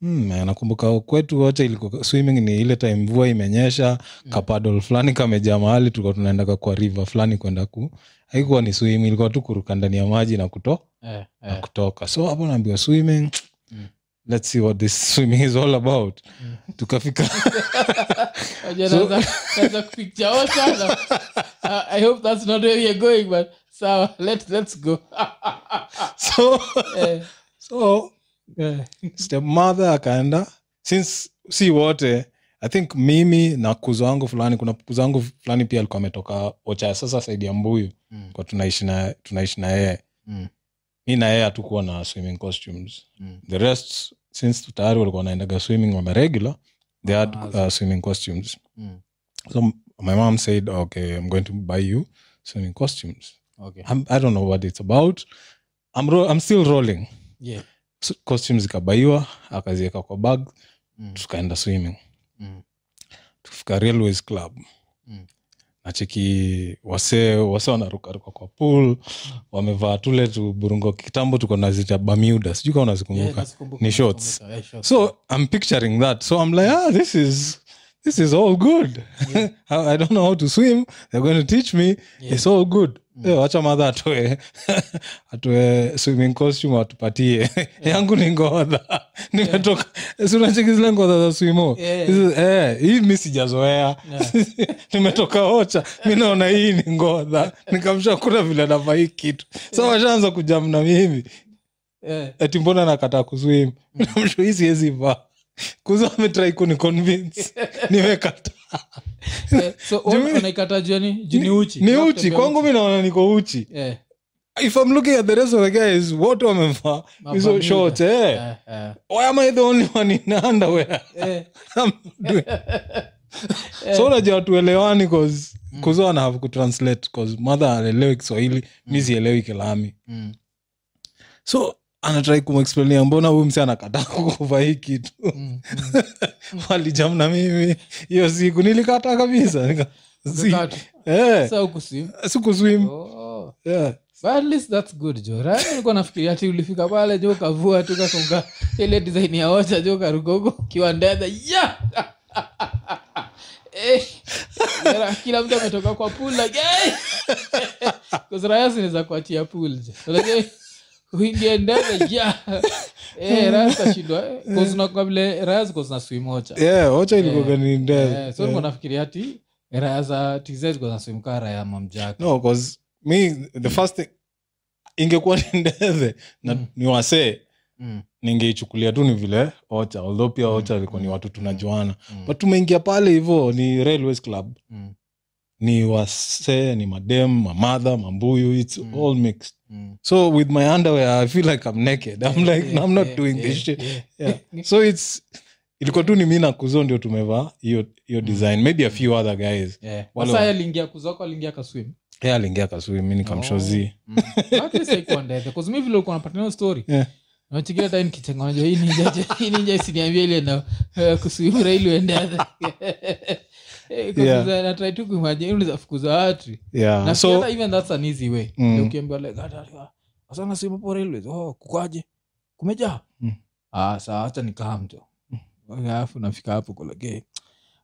Speaker 2: Hmm, na nakumbuka kwetu wote ilikuwa swimming ni ile time mvua imenyesha
Speaker 1: Mm.
Speaker 2: kapadol fulani kamejaa mahali tulikuwa tunaenda kwa river fulani kwenda ku haikuwa ni swimming ilikuwa tu kuruka ndani ya maji na kuto
Speaker 1: eh,
Speaker 2: na
Speaker 1: eh.
Speaker 2: kutoka so hapo naambiwa swimming
Speaker 1: Mm.
Speaker 2: let's see what this swimming is all about
Speaker 1: Mm.
Speaker 2: tukafika
Speaker 1: Unajua
Speaker 2: So-
Speaker 1: naweza- naweza kupicha wewe sana. Ah, I hope that's not where you're going, but sawa, let- let's go.
Speaker 2: so
Speaker 1: Eh,
Speaker 2: so
Speaker 1: eh,
Speaker 2: stepmother akaenda since si wote i think mimi na kuzo wangu fulani kuna kuzo wangu fulani pia alikuwa ametoka ocha sasa saidi ya mbuyu
Speaker 1: Mm.
Speaker 2: kwa tunaishi na tunaishi na yeye
Speaker 1: Mm.
Speaker 2: mi na yeye hatukuwa na swimming costumes
Speaker 1: Mm.
Speaker 2: the rest since tayari walikuwa wanaendaga swimming wameregula they had
Speaker 1: Ah,
Speaker 2: uh, swimming costumes
Speaker 1: Mm.
Speaker 2: so m- my mom said okay i'm going to buy you swimming costumes
Speaker 1: Okay.
Speaker 2: I'm, i don't know what it's about i'm, ro- I'm still rolling
Speaker 1: Yeah.
Speaker 2: So, costumes zikabaiwa akaziweka kwa bag
Speaker 1: Mm.
Speaker 2: tukaenda swimming
Speaker 1: Mm.
Speaker 2: tukafika railways club
Speaker 1: Mm.
Speaker 2: nacheki wasee wasee wanarukaruka kwa
Speaker 1: Mm.
Speaker 2: pool wamevaa tule tu burungo kitambo tuko nazita bermuda sijui kama
Speaker 1: Yeah,
Speaker 2: unazikumbuka
Speaker 1: nazikumbuka,
Speaker 2: Ni shorts.
Speaker 1: nazikumbuka. Eh, shorts.
Speaker 2: so i'm picturing that so i'm like ah this is this is all good
Speaker 1: Yeah.
Speaker 2: I, i don't know how to swim they're going to teach me
Speaker 1: Yeah.
Speaker 2: it's all good
Speaker 1: Mm.
Speaker 2: Eh, wacha madha atoe atoe swimming costume atupatie yangu ni ngodha nimetoka sunachekizile ngodha za swimo
Speaker 1: Yeah.
Speaker 2: This is- eh, hii mi sijazoea
Speaker 1: Yeah.
Speaker 2: nimetoka ocha mi naona hii ni ngodha nikamsha kuna vile anavaa hii kitu sa washaanza kujam na mimi
Speaker 1: Eh,
Speaker 2: ati mbona nakataa kuswim namshuhisi ezivaa kuza ametrai kuniconvince nimekata
Speaker 1: eh, so,
Speaker 2: Juu-
Speaker 1: unaikata juu ya ni- juu ni uchi.
Speaker 2: ni
Speaker 1: Unataka
Speaker 2: uchi
Speaker 1: kutembea
Speaker 2: kwangu mi naona niko uchi
Speaker 1: Eh,
Speaker 2: if i'm looking at the rest of the guys wote wamevaa hizo
Speaker 1: Mabermuda.
Speaker 2: shorts eh.
Speaker 1: eh, eh,
Speaker 2: why am i the only one in underwear
Speaker 1: eh,
Speaker 2: I'm doing- so unajua tuelewani cause kuzo anahave kutranslate cause mother aelewi kiswahili mi sielewi kilami
Speaker 1: mm.
Speaker 2: so anatrai kumexplania mbona huyu msi anakataa kukuvaa hii kitu
Speaker 1: Mm,
Speaker 2: walijamna mimi hiyo siku nilikata kabisa Nika- si- Mm.
Speaker 1: Kukata.
Speaker 2: eh,
Speaker 1: Sasa huku si-
Speaker 2: sikuswim
Speaker 1: Oh.
Speaker 2: yeah.
Speaker 1: But at least that's good jo Right? nilikuwa nafikiria ati ulifika pale jo ukavua tu kakonga ile design ya ocha jo karuka huko ukiwa ndedha ya Eh, kila- kila mtu ametoka kwa pool like hey! Because raya zinaweza kuachia pool jo. Unajua, uingie ndedha ya
Speaker 2: Mm.
Speaker 1: Eh, raya zitashindwa, eh. Because unakuwa vile raya ziko zina swim ocha
Speaker 2: yeah, ocha ilikuwaga ni
Speaker 1: Eh,
Speaker 2: ndevu.
Speaker 1: so nilikuwa nafikiria ati raya za tz ziko zina swim kaa raya ya mamjaka
Speaker 2: no cause me the first thing ingekuwa ni ndeve na
Speaker 1: Mm.
Speaker 2: ni wasee
Speaker 1: Mm,
Speaker 2: ningeichukulia tu ni vile ocha although pia ocha alikuwa ni watu tunajuana
Speaker 1: mm,
Speaker 2: but tumeingia pale hivo ni railways club
Speaker 1: mm,
Speaker 2: ni wasee ni madem mamadha mambuyu its
Speaker 1: Mm.
Speaker 2: all mixed
Speaker 1: mm.
Speaker 2: so with my underwear i feel like i'm naked i'm
Speaker 1: Yeah,
Speaker 2: like
Speaker 1: yeah,
Speaker 2: i'm not
Speaker 1: yeah,
Speaker 2: doing
Speaker 1: yeah,
Speaker 2: this shit
Speaker 1: yeah.
Speaker 2: yeah. so its ilikuwa tu ni mi na kuzo ndio tumevaa hiyo hiyo
Speaker 1: Mm.
Speaker 2: design maybe a few other guys
Speaker 1: Yeah.
Speaker 2: Wale
Speaker 1: Sasa
Speaker 2: wa-
Speaker 1: aliingia kuzako aliingia kaswim
Speaker 2: ye aliingia kasui mi nikamshozii
Speaker 1: Oh. Mm. mi vile ulikuwa unapata nayo story
Speaker 2: Yeah.
Speaker 1: nachikia ta nikitenga najua hii ninja hii ninja isiniambia ile na eh, kuswim rail Eh, uendeze
Speaker 2: Yeah.
Speaker 1: natrai tu kuimajiniza fukuza watu
Speaker 2: yeah.
Speaker 1: na
Speaker 2: so
Speaker 1: so, even that's an easy way
Speaker 2: Mm.
Speaker 1: mm. ukiambiwa like "Ah, daddy, ah, sasa naswim hapo railways oh kukwaje kumejaa
Speaker 2: Mm.
Speaker 1: ah saa hata nikaa mtu
Speaker 2: Mm.
Speaker 1: alafu nafika hapo kolege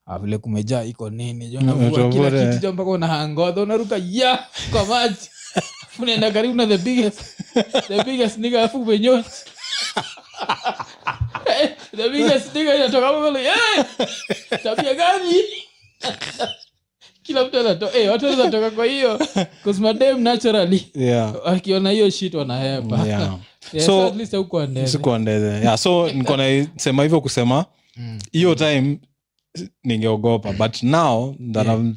Speaker 1: ah vile kumejaa iko nini jo
Speaker 2: Mm,
Speaker 1: navua kila
Speaker 2: utavua,
Speaker 1: kitu
Speaker 2: eh.
Speaker 1: jo mpaka unahangodha unaruka ya kwa maji Alafu unaenda karibu na the biggest the biggest nigga alafu umenyosha Eh, the biggest nigga inatoka hapo pale eh tabia gani kila mtu anatoka eh watu wanatoka kwa hiyo cause madam naturally
Speaker 2: yeah.
Speaker 1: akiona hiyo shit wanahepa
Speaker 2: Yeah.
Speaker 1: yeah,
Speaker 2: So-
Speaker 1: so, at least huko andele
Speaker 2: Sikuwa ndeze. Yeah, so nilikuwa naisema hivyo kusema
Speaker 1: Mm.
Speaker 2: hiyo time ningeogopa but now that
Speaker 1: Yeah.
Speaker 2: I'm-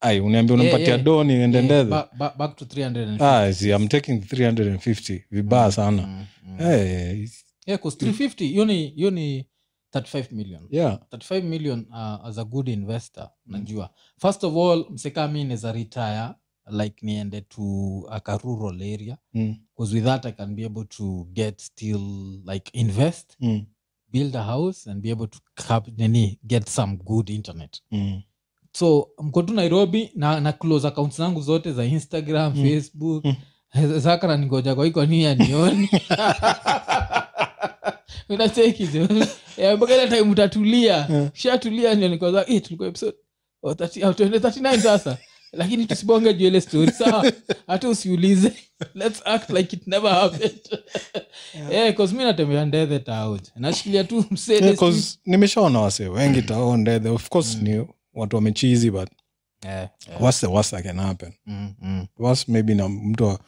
Speaker 2: ai uniambia
Speaker 1: Yeah,
Speaker 2: unampatia
Speaker 1: yeah.
Speaker 2: do niende
Speaker 1: Yeah,
Speaker 2: ndeze
Speaker 1: Eh, ba- ba- back to 350.
Speaker 2: ah, see, I'm taking 350 vibaya sana
Speaker 1: Mm, mm.
Speaker 2: Eh. hey,
Speaker 1: Yeah, 'cause 350 hiyo ni hiyo ni 35 million
Speaker 2: yeah.
Speaker 1: 35 million uh, as a good investor najua first of all msekami neza retire like niende to aka rural area
Speaker 2: mm,
Speaker 1: because with that i can be able to get still like invest
Speaker 2: mm,
Speaker 1: build a house and be able to cap, nini, get some good internet
Speaker 2: mm,
Speaker 1: so mko tu nairobi na, na close accounts zangu zote za instagram
Speaker 2: Mm.
Speaker 1: facebook
Speaker 2: Mm.
Speaker 1: saka naningoja kwa hiko nia nioni unacheki jo Eh, mpaka ile time utatulia
Speaker 2: Yeah.
Speaker 1: shatulia ndio nikaza eh tulikuwa episode oh, 30 au tuende 39 sasa lakini tusibonge juu ile story sawa hata usiulize let's act like it never happened eh cause mimi natembea ndethe taut nashikilia tu
Speaker 2: Yeah,
Speaker 1: msede
Speaker 2: 'cause nimeshaona wase
Speaker 1: Mm.
Speaker 2: wengi taondethe of course ni watu wamechizi but
Speaker 1: eh eh,
Speaker 2: what's the worst that can happen
Speaker 1: mm, mm.
Speaker 2: worst maybe na mtu a-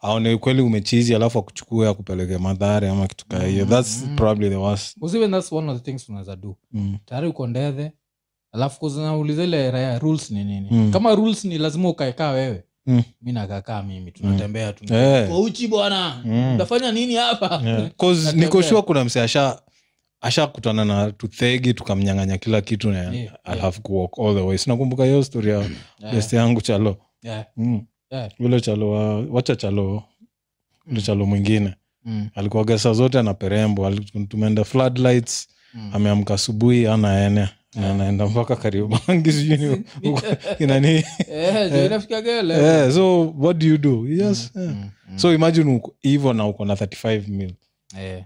Speaker 2: aone kweli umechizi alafu akuchukue akupeleke madhara ama kitu kaa hiyo that's
Speaker 1: Mm.
Speaker 2: probably the worst
Speaker 1: 'Cause even that's one of the things tunaweza do
Speaker 2: mm.
Speaker 1: tayari uko ndethe alafu kuzinauliza ile raya rules ni nini
Speaker 2: Mm.
Speaker 1: kama rules ni lazima ukaekaa wewe
Speaker 2: Mm.
Speaker 1: mi nakakaa mimi tunatembea tuna
Speaker 2: Yeah.
Speaker 1: kwa uchi bwana
Speaker 2: Mm.
Speaker 1: utafanya nini hapa
Speaker 2: Yeah. 'Cause
Speaker 1: Natembea.
Speaker 2: niko sure kuna mse asha ashakutana na tuthegi tukamnyang'anya kila kitu na
Speaker 1: Yeah,
Speaker 2: yeah,
Speaker 1: yeah.
Speaker 2: have to walk all the way sinakumbuka hiyo story ya
Speaker 1: Yeah,
Speaker 2: best yangu chalo
Speaker 1: Eh. yeah,
Speaker 2: mm.
Speaker 1: yeah.
Speaker 2: ule chalo wa, wacha chalo ule chalo mwingine
Speaker 1: Mm,
Speaker 2: alikuwaga saa zote ana perembo ali- tumeenda floodlights
Speaker 1: mm.
Speaker 2: ameamka asubuhi ana ene na anaenda mpaka karibangi sijui ni- huko inani
Speaker 1: Eh, ndio inafikia gele.
Speaker 2: yeah, so what do you do Eh. yes
Speaker 1: Mm,
Speaker 2: yeah.
Speaker 1: mm, mm.
Speaker 2: so imagine uko- hivo na uko na 35 mil
Speaker 1: Eh,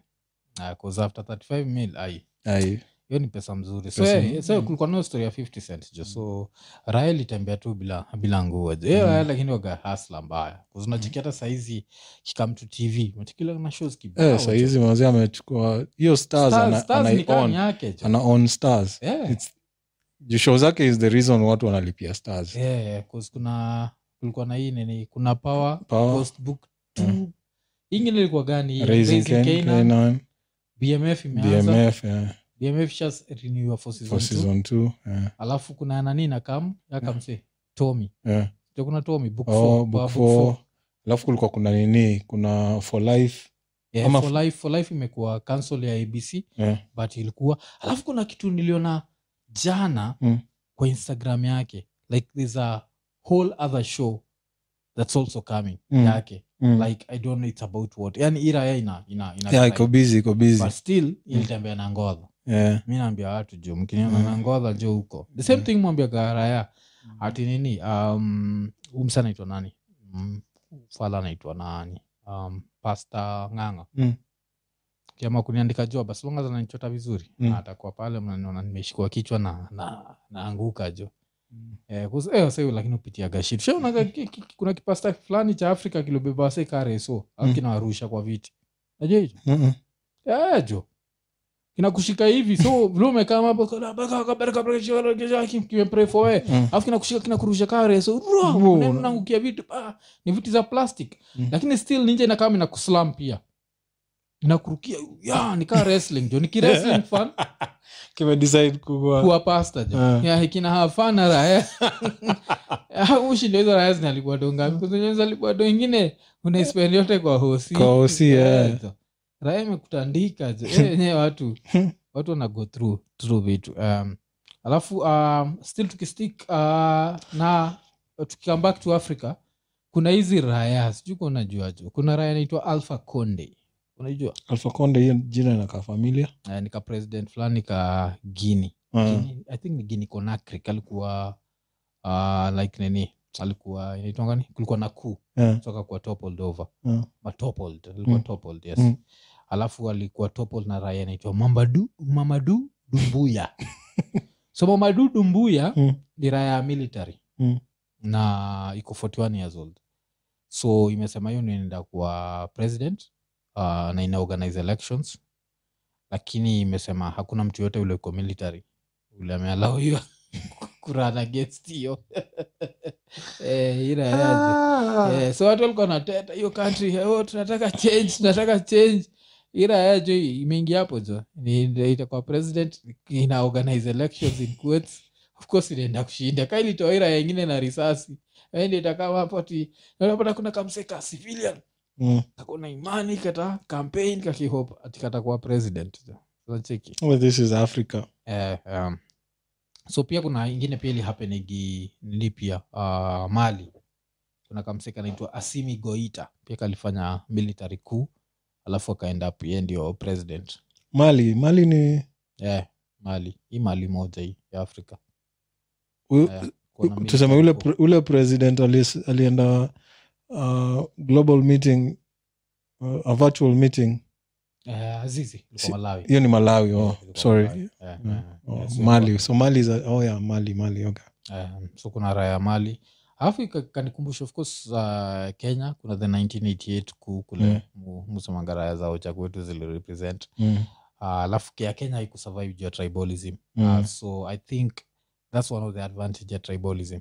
Speaker 1: ah, 'cause after 35 mil ai
Speaker 2: Ai.
Speaker 1: hiyo ni pesa mzuri so,
Speaker 2: Pesa mm.
Speaker 1: eh,
Speaker 2: mzuri.
Speaker 1: so kulikuwa nao story ya 50 cent jo so raya ilitembea tu bila bila nguo jo hiyo
Speaker 2: Mm.
Speaker 1: raya lakini waga hasla mbaya kuzinacheki hata saizi kikam to tv matikila na shows kibao jo.
Speaker 2: Eh, sahizi mazi amechukua hiyo stars,
Speaker 1: Ah, Stars-
Speaker 2: ana,
Speaker 1: Stars ni kama
Speaker 2: ana,
Speaker 1: ni
Speaker 2: on,
Speaker 1: yake jo.
Speaker 2: ana on stars
Speaker 1: Eh.
Speaker 2: It's- juu show zake is the reason watu wanalipia stars
Speaker 1: Yeah, yeah, eh, 'cause kuna kulikuwa na hii nini kuna power,
Speaker 2: Power.
Speaker 1: Ghost book two.
Speaker 2: Mm.
Speaker 1: Hii ingine ilikuwa gani Hii
Speaker 2: Raising
Speaker 1: Raising
Speaker 2: Cain-
Speaker 1: Canaan.
Speaker 2: Canaan,
Speaker 1: bmf imeanza
Speaker 2: bmf yeah,
Speaker 1: bmf shas renew for season
Speaker 2: for
Speaker 1: two.
Speaker 2: season two yeah,
Speaker 1: alafu kuna nani na kam yakamse tomi
Speaker 2: yeah.
Speaker 1: Ndio kuna tomi book
Speaker 2: Oh,
Speaker 1: four,
Speaker 2: book
Speaker 1: book
Speaker 2: four.
Speaker 1: four.
Speaker 2: alafu kulikuwa kuna nini kuna for life
Speaker 1: Yeah,
Speaker 2: Ama-
Speaker 1: for life for life imekuwa cancel ya abc
Speaker 2: yeah.
Speaker 1: but ilikuwa alafu kuna kitu niliona jana
Speaker 2: Mm.
Speaker 1: kwa instagram yake like there's a whole other show that's also coming
Speaker 2: Mm.
Speaker 1: yake
Speaker 2: Mm.
Speaker 1: like i don't know it's about what yani iraya ina ina, ina
Speaker 2: yeah, iko busy iko busy Hmm.
Speaker 1: but still ilitembea na ngodha
Speaker 2: yeah.
Speaker 1: mi naambia watu jo mkiniona
Speaker 2: Mm.
Speaker 1: na ngodha jo huko the same
Speaker 2: Mm.
Speaker 1: thing mwambia garaya ati nini um, umsa anaitwa nani mm, fala anaitwa nani um, pasta nganga
Speaker 2: Mm.
Speaker 1: kiama kuniandika jo basi longa ananichota vizuri
Speaker 2: Mm.
Speaker 1: na atakuwa pale mnaniona nimeshikwa kichwa na na naanguka jo Eh, kuzi- eh, wasee lakini upitiaga shit Ushaonaga ki- ki- ki- kuna kipasta fulani cha afrika kilobeba wasee kaa reso au
Speaker 2: Mm.
Speaker 1: kinawarusha kwa viti najua hicho
Speaker 2: Mm-mm.
Speaker 1: Eh, jo kinakushika hivi so vile umekaa hapo kana, "Baraka, baraka, baraka, shia, baraka, shia," ki- kimepray for wewe
Speaker 2: Mm.
Speaker 1: alafu kinakushika kinakurusha kaa reso Rua,
Speaker 2: Wow.
Speaker 1: unaenda unaangukia vitu ah, ni vitu za plastic
Speaker 2: Mm.
Speaker 1: lakini still ninja inakaa inakuslam pia inakurukia ya nikaa wrestling jo niki wrestling fan
Speaker 2: kimedecide kuwa
Speaker 1: kuwa pasta jo
Speaker 2: Eh.
Speaker 1: yeah. kina hafana raya ushindo hizo raya zinalikuwa dongapi kuzalikuwa do ingine unaispend yote kwa hosi
Speaker 2: Kwa hosi,
Speaker 1: Eh,
Speaker 2: eh.
Speaker 1: jo. raya imekutandika jo Eh, wenyewe watu watu wana go through through vitu um, alafu um, still tukistick uh, na tukikam back to africa kuna hizi raya sijui kuwa unajua jo kuna raya inaitwa alpha conde unaijua
Speaker 2: alfa konde hiyo jina inakaa familia
Speaker 1: Eh, ni ka president fulani ka guini
Speaker 2: Ah.
Speaker 1: Guinea- i think ni guini conakry alikuwa uh, like nini alikuwa inaitwa gani kulikuwa na kuu
Speaker 2: Yeah.
Speaker 1: toka kwa toppled over
Speaker 2: Yeah.
Speaker 1: But toppled alikuwa
Speaker 2: Mm.
Speaker 1: toppled yes
Speaker 2: Mm.
Speaker 1: alafu alikuwa toppled na raia inaitwa mamadu mamadu dumbuya so mamadu dumbuya
Speaker 2: Mm.
Speaker 1: ni raia ya military
Speaker 2: Mm.
Speaker 1: na iko 41 years old so imesema hiyo inaenda kuwa president uh, na ina organize elections lakini imesema hakuna mtu yote ule uko military ule amealau hiyo kuran against hiyo eh, hii raia aje.
Speaker 2: Ah.
Speaker 1: Eh, so watu walikuwa nateta hiyo country eh, oh, tunataka change tunataka change ira yajo imeingia hapo jo Ni- ndio itakuwa president ina organize elections in quotes of course inaenda kushinda ka ilitoa ira ya ingine na risasi Eh, ndio itakaa hapo ati na unapata kuna kamseka civilian
Speaker 2: Mm.
Speaker 1: kakuna imani kata campaign kakihope ati katakuwa president jo so cheki
Speaker 2: Well, this is africa
Speaker 1: eh, um, so pia kuna ingine pia ilihapenigi nini pia uh, mali kuna kamseka naitwa asimi goita pia kalifanya military kuu alafu akaenda pia ndio president
Speaker 2: mali mali ni
Speaker 1: eh, mali hii mali moja hii ya afrika
Speaker 2: huyu-
Speaker 1: eh, kuna military
Speaker 2: tuseme ule,
Speaker 1: coup.
Speaker 2: pre- ule president alis- alienda uh, global meeting uh, a virtual meeting
Speaker 1: Eh, azizi ilikuwa
Speaker 2: Si-
Speaker 1: malawi
Speaker 2: hiyo ni malawi oh,
Speaker 1: Yeah, ilikuwa
Speaker 2: sorry
Speaker 1: Malawi. Eh,
Speaker 2: Mm.
Speaker 1: eh,
Speaker 2: Oh,
Speaker 1: eh, so-
Speaker 2: mali so mali is a, oh yeah, mali mali okay.
Speaker 1: Um, so kuna raha ya mali alafu ika- ikanikumbusha of course uh, kenya kuna the 1988 ku-
Speaker 2: Mm.
Speaker 1: kule mm. musemanga raha za uchagu wetu zilirepresent
Speaker 2: mm.
Speaker 1: Uh, alafu uh, ya kenya haikusurvive juu ya tribalism
Speaker 2: Mm.
Speaker 1: uh, so i think thats one of the advantage ya tribalism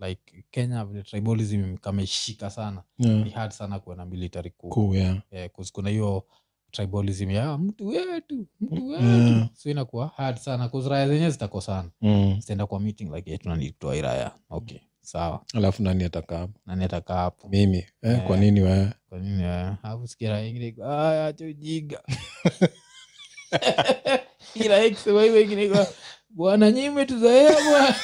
Speaker 1: like kenya vile tribalism imekameshika sana
Speaker 2: yeah.
Speaker 1: ni hard sana kuwa na military coup
Speaker 2: Mm. cool yeah
Speaker 1: eh, 'cause kuna hiyo tribalism ya "Ah, mtu wetu mtu wetu
Speaker 2: Mm. Yeah.
Speaker 1: so inakuwa hard sana 'cause raya zenyewe zitakosana
Speaker 2: mm.
Speaker 1: zitaenda kwa meeting like "Eh, tunani- tuwa hii raya okay sawa
Speaker 2: alafu nani ataka hapo
Speaker 1: nani atakaa hapo
Speaker 2: mimi eh,
Speaker 1: Yeah.
Speaker 2: kwa nini wewe
Speaker 1: kwa nini eh? alafu sikia raha ingine iko, "Ah, acha ujinga." Hii raha ikisema hivyo ingine iko, bwana nyinyi mmetuzoea bwana."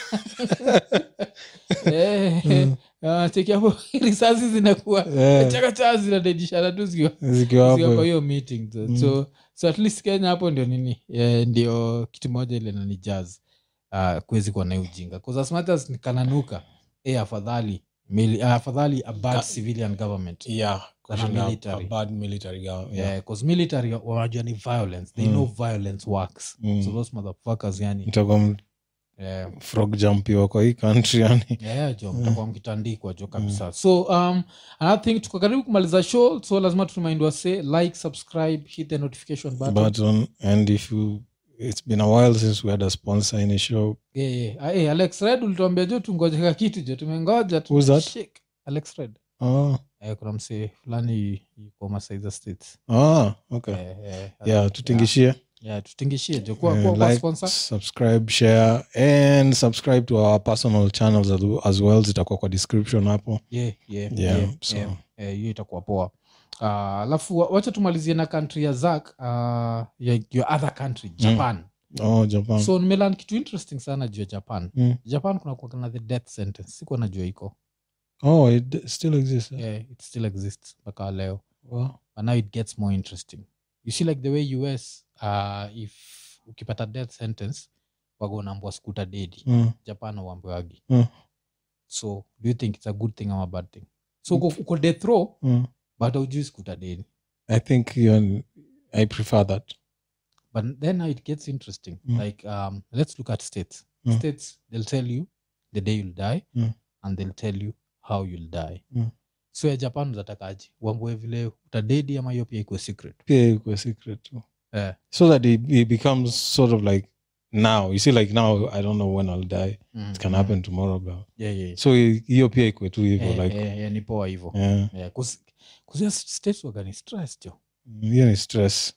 Speaker 1: Eh,
Speaker 2: Mm.
Speaker 1: ah, cheki hapo risasi zinakuwa
Speaker 2: Eh,
Speaker 1: chakacha zinadedishana tu zikiwa
Speaker 2: zikiwa
Speaker 1: Sio kwa
Speaker 2: hapo
Speaker 1: hiyo meeting so,
Speaker 2: Mm.
Speaker 1: so, so at least kenya hapo ndio nini eh, ndio kitu moja ile nani jazz uh, kuwezi kuwa nayo ujinga 'Cause as much as nikananuka eh, afadhali mili- ah, afadhali a bad
Speaker 2: Ka-
Speaker 1: civilian government
Speaker 2: yeah
Speaker 1: kushinda military. a
Speaker 2: bad military guy
Speaker 1: Eh, 'cause military wanajua ni violence they
Speaker 2: Mm.
Speaker 1: know violence works
Speaker 2: Mm.
Speaker 1: so those motherfuckers yani
Speaker 2: mtakuwa
Speaker 1: eh,
Speaker 2: frog jumpiwa kwa hii country yani
Speaker 1: yeah, jo
Speaker 2: Mm.
Speaker 1: mtakuwa mkitandikwa jo kabisa so um, another thing tuko karibu kumaliza show so lazima turemind wase like subscribe hit the notification button
Speaker 2: button and if you it's been a while since we had a sponsor in a show
Speaker 1: Yeah, yeah. Ah, eh, alex red ulituambia jo tungoje ka kitu jo tumengoja tu-
Speaker 2: Who's that?
Speaker 1: Shit. alex red
Speaker 2: ah
Speaker 1: eh, kuna msee fulani yuko masaiza states
Speaker 2: ah okay
Speaker 1: eh, eh,
Speaker 2: yeah tutingishie
Speaker 1: yeah, tutingishie jo kuwa, kuwa,
Speaker 2: Uh,
Speaker 1: kuwa
Speaker 2: like,
Speaker 1: sponsor
Speaker 2: subscribe share and subscribe to our personal channels as- as well zitakuwa kwa description hapo
Speaker 1: yeah, yeah,
Speaker 2: Yeah,
Speaker 1: yeah,
Speaker 2: so-
Speaker 1: yeah. Eh, hiyo itakuwa poa Ah, alafu wa- wacha tumalizie na country ya zak uh, ya, your other country
Speaker 2: Mm.
Speaker 1: japan
Speaker 2: oh japan
Speaker 1: so nimelan kitu interesting sana juu ya japan
Speaker 2: Mm.
Speaker 1: japan kuna kuwa na the death sentence sikuwa najua iko
Speaker 2: oh it d- still exists eh?
Speaker 1: yeah, it still exists mpaka leo
Speaker 2: Wow.
Speaker 1: but now it gets more interesting you see like the way us uh, if ukipata death sentence wagonaambua skuta dedi
Speaker 2: Mm.
Speaker 1: japan uambiwagi
Speaker 2: Mm.
Speaker 1: so do you think it's a good thing ama bad thing so uko, uko death row
Speaker 2: Mm.
Speaker 1: but aujui skuta dedi
Speaker 2: i think you- i prefer that
Speaker 1: but then now it gets interesting
Speaker 2: Mm.
Speaker 1: like um, let's look at states
Speaker 2: Mm.
Speaker 1: states they'll tell you the day you'll die
Speaker 2: Mm.
Speaker 1: and they'll tell you how you'll die
Speaker 2: Mm.
Speaker 1: so ya japan utatakaji wambue vile utadedi ama hiyo pia ikuwe secret
Speaker 2: pia ikuwe secret tu
Speaker 1: Eh.
Speaker 2: so that it, it becomes sort of like now you see like now i don't know when i'll die
Speaker 1: mm.
Speaker 2: it can happen tomorrow bro.
Speaker 1: yeah, yeah, yeah.
Speaker 2: so hi- hiyo pia ikue tu
Speaker 1: Eh,
Speaker 2: hivyo like
Speaker 1: eh, eh, ni poa hivo
Speaker 2: yeah.
Speaker 1: kuzia states waga ni stress jo
Speaker 2: Mm, hiyo ni stress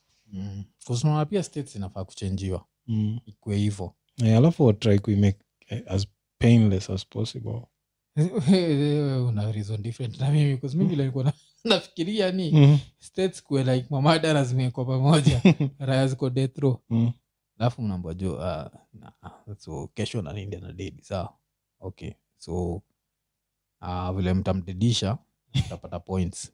Speaker 1: kuznaona pia states inafaa kuchenjiwa
Speaker 2: mm.
Speaker 1: ikue hivo
Speaker 2: yeah, alafu watry kuimake eh, as painless as possible
Speaker 1: una reason different na mimi kause mimi vile nilikuwa na- nafikiria ni
Speaker 2: mm.
Speaker 1: states kue like mamadara zimekwa pamoja raya ziko death row
Speaker 2: Mm.
Speaker 1: alafu mnaambua jo ah, na- ah, so kesho nanindi anadedi sawa okay so ah, vile mtamdedisha mtapata points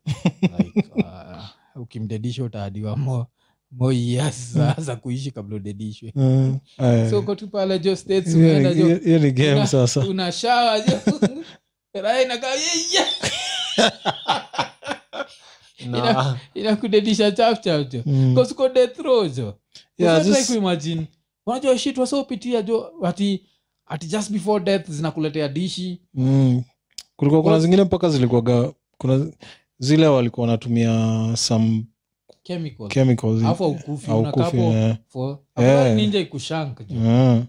Speaker 1: like, ah, ukimdedisha utaadiwa mo mo years za, za kuishi kabla udedishwe
Speaker 2: Mm. Eh,
Speaker 1: so uko tu pale jo states
Speaker 2: hiyo
Speaker 1: umeenda
Speaker 2: ni-
Speaker 1: jo
Speaker 2: hiyo ni game
Speaker 1: Una-
Speaker 2: sasa
Speaker 1: una shawa jo Raha inakaa, "Yeah, yeah." Ina- inakudedisha chap chap jo
Speaker 2: ah. Mm.
Speaker 1: Because uko death row jo
Speaker 2: Yeah,
Speaker 1: Unatry
Speaker 2: just-
Speaker 1: kuimagine unajua shit wasiopitia jo ati ati just before death zinakuletea dishi
Speaker 2: mm. kulikuwa kuna
Speaker 1: Well-
Speaker 2: zingine mpaka zilikuwaga kuna zile walikuwa wanatumia some
Speaker 1: chemicals
Speaker 2: chemicals
Speaker 1: alafu aukufi
Speaker 2: Haukufi,
Speaker 1: unakapo
Speaker 2: eh.
Speaker 1: for
Speaker 2: Yeah.
Speaker 1: yeah. ninja ikushank jo
Speaker 2: Yeah,